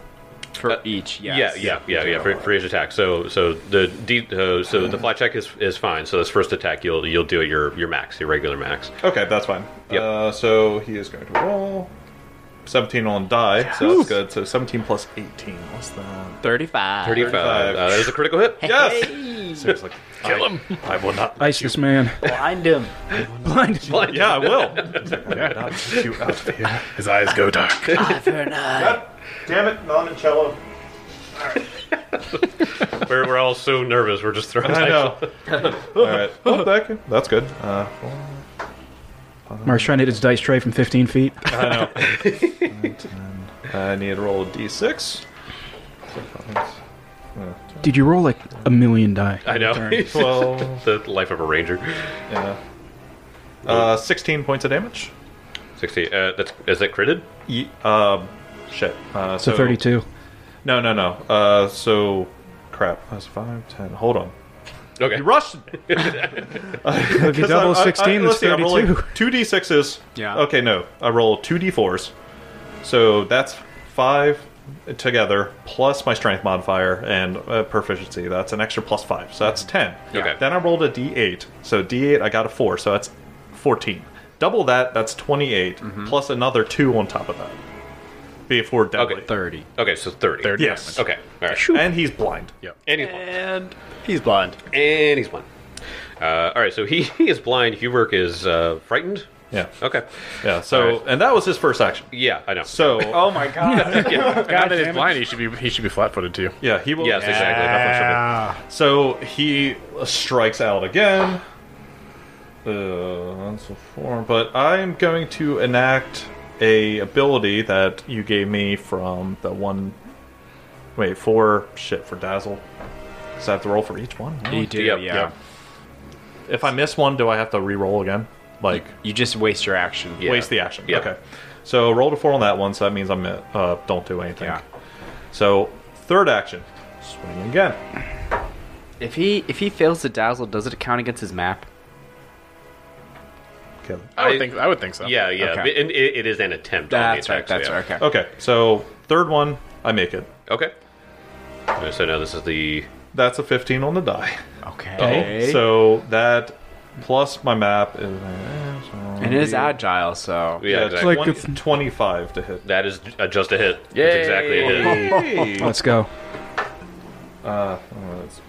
For each, Yeah, yes. yeah, yeah, yeah. For, for each attack, so so the D, uh, so the fly check is, is fine. So this first attack, you'll you'll do it your your max, your regular max. Okay, that's fine. Yep. Uh, so he is going to roll. 17 on die, so that's good. So 17 plus 18. What's that? 35. Thirty five. Uh, that is a critical hit. Yes! Seriously. Kill him. I will not. Ice this man. Blind him. Blind. Blind. Yeah, I will. I will not let you out of here. His eyes go dark. Eye for an eye. Damn it, Monticello. We're, we're all so nervous. We're just throwing. I dice. know. Alright. Oh, that can- that's good. Uh, Mark's trying to hit his dice tray from 15 feet. I need to roll a d6. Did you roll like a million die? I know. It's 12. the life of a ranger. Yeah. Uh, 16 points of damage. Sixty. Uh, that's is that critted? Ye- um, shit. Uh, So 32. No, no, no. Uh, so, crap. That's 5, 10. Hold on. Okay. You rushed me. If you double 16, that's 32. Two d sixes. Yeah. Okay, no, I roll two d fours, so that's five together plus my strength modifier and uh, proficiency. That's an extra plus five, so that's ten. Okay. Then I rolled a d eight, so d eight I got a four, so that's fourteen. Double that, that's twenty Mm-hmm. plus another two on top of that. Before deadly. Okay. 30. Okay, so thirty. 30. Yes. Okay. All right. And he's blind. And he's blind. And he's blind. And he's blind. Uh, all right. So he, he is blind. Huberk is uh, frightened. Yeah. Okay. Yeah. So, Alright. and that was his first action. Yeah, I know. So, Oh my god. God, that is blind. He should be he should be flat footed too. yeah, he will. Yes, exactly. Definitely So he strikes out again. Uh, that's a four. But I'm going to enact a ability that you gave me from the one. Wait, four shit for dazzle. Because I have to roll for each one. You do, Yep, yeah. yep. If I miss one, do I have to re-roll again? Like You just waste your action. Yeah. waste the action? Yeah. Okay. So roll to four on that one. So that means I'm at- uh, don't do anything. Yeah. So third action, swing again. If he if he fails to dazzle, does it count against his map? Kill it. I would I- think I would think so. Yeah, yeah. Okay. but- And it, it is an attempt. That's on the right. attack, That's so right. Okay. Okay. So third one, I make it. yeah. Okay. All right, So now this is the That's a 15 on the die. Okay. oh, So that plus my map is. eh, so- and it is agile, so yeah. it's exactly. like 20 25 to hit. that is uh, just a hit. That's Yay. exactly a hit. Let's go. Uh, oh, that's-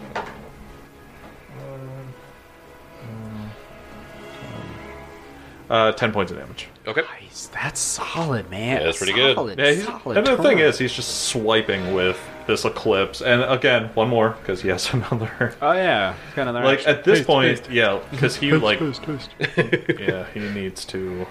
Uh, 10 points of damage. Okay. Nice. That's solid, man. Yeah, that's pretty good. Solid, Yeah, he's, solid and the turn. thing is, he's just swiping with this eclipse. And again, one more, because he has another. oh yeah, it's got another. Like, action. at this point, yeah, because he, like, twist. yeah, he needs to.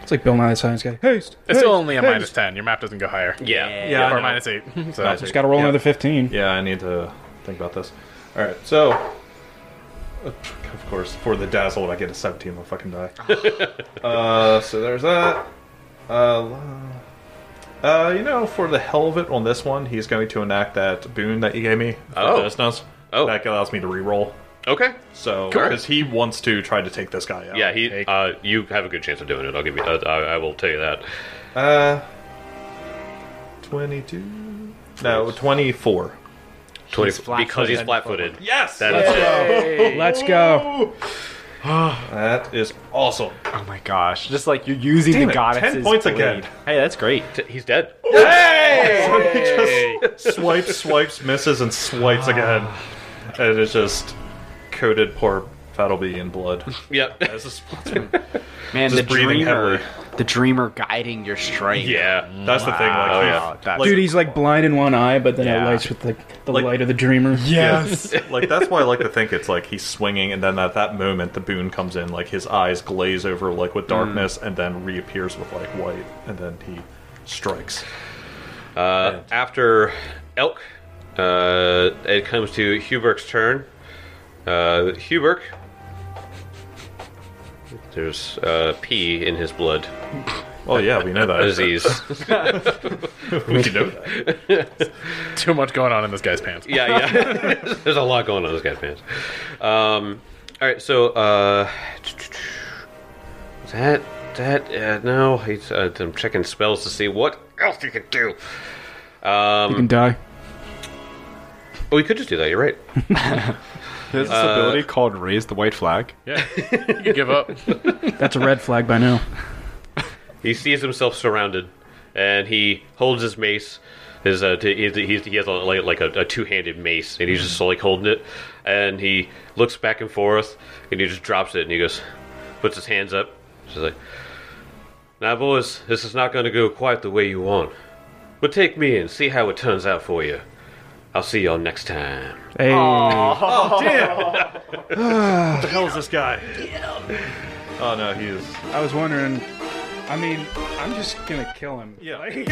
It's like Bill Nye the Science Guy. Haste. It's still only a minus ten. Your map doesn't go higher. Yeah. Yeah, I or know. minus eight. So Minus Just got to roll Yeah. another 15. Yeah, I need to think about this. All right, so of course for the dazzled, I get a seventeen on fucking die. uh, so there's that. Uh, uh, you know, for the hell of it, on this one, he's going to enact that boon that you gave me. for Oh. business. Oh. that allows me to reroll. Okay. So Cool. because he wants to try to take this guy out. Yeah. He. Uh, you have a good chance of doing it. I'll give you. Uh, I, I will tell you that. Uh, twenty-two. No, twenty-four. Twenty He's flat-footed. because he's flat-footed. Yes, That let's is it. go. Let's go. That is awesome. Oh my gosh! Just like you're using Damn the it, 10 goddesses. points blade. again. Hey, that's great. T- He's dead. He just swipes, swipes, misses, and swipes again, and it's just coated poor Fettleby in blood. Yep. That's just- that's Man, Just the breathing dreamer, heavily. the dreamer guiding your strength. Mm. Yeah. the thing. Like, Wow, he- Oh, yeah, that's- like, Dude, he's like blind in one eye, but then Yeah. it lights with like the Like- light of the dreamer. Yes. like that's why I like to think it's like he's swinging, and then at that moment the boon comes in, like his eyes glaze over like Mm. with darkness, and then reappears with like white, and then he strikes. Uh, after Elk, uh, it comes to Hubert's turn. Uh, Hubert, there's uh, pee in his blood. Oh yeah, we know that. Disease. we know that. Too much going on in this guy's pants. yeah, yeah. there's a lot going on in this guy's pants. Um, all right, so uh, that that uh, no, he's, uh, I'm checking spells to see what else you could do. You can die. Oh, we could just do that. You're right. There's this ability called Raise the White Flag. Yeah. You can give up. That's a red flag by now. He sees himself surrounded, and he holds his mace. His uh, t- he's, he's, he has a, like, like a, a two-handed mace, and he's just like holding it. And he looks back and forth, and he just drops it, and he goes, puts his hands up, just like, "Now, boys, this is not going to go quite the way you want. But take me and see how it turns out for you. I'll see y'all next time." Hey, What the hell is this guy? Oh no, he is. I was wondering. I mean, I'm just gonna kill him. Yeah.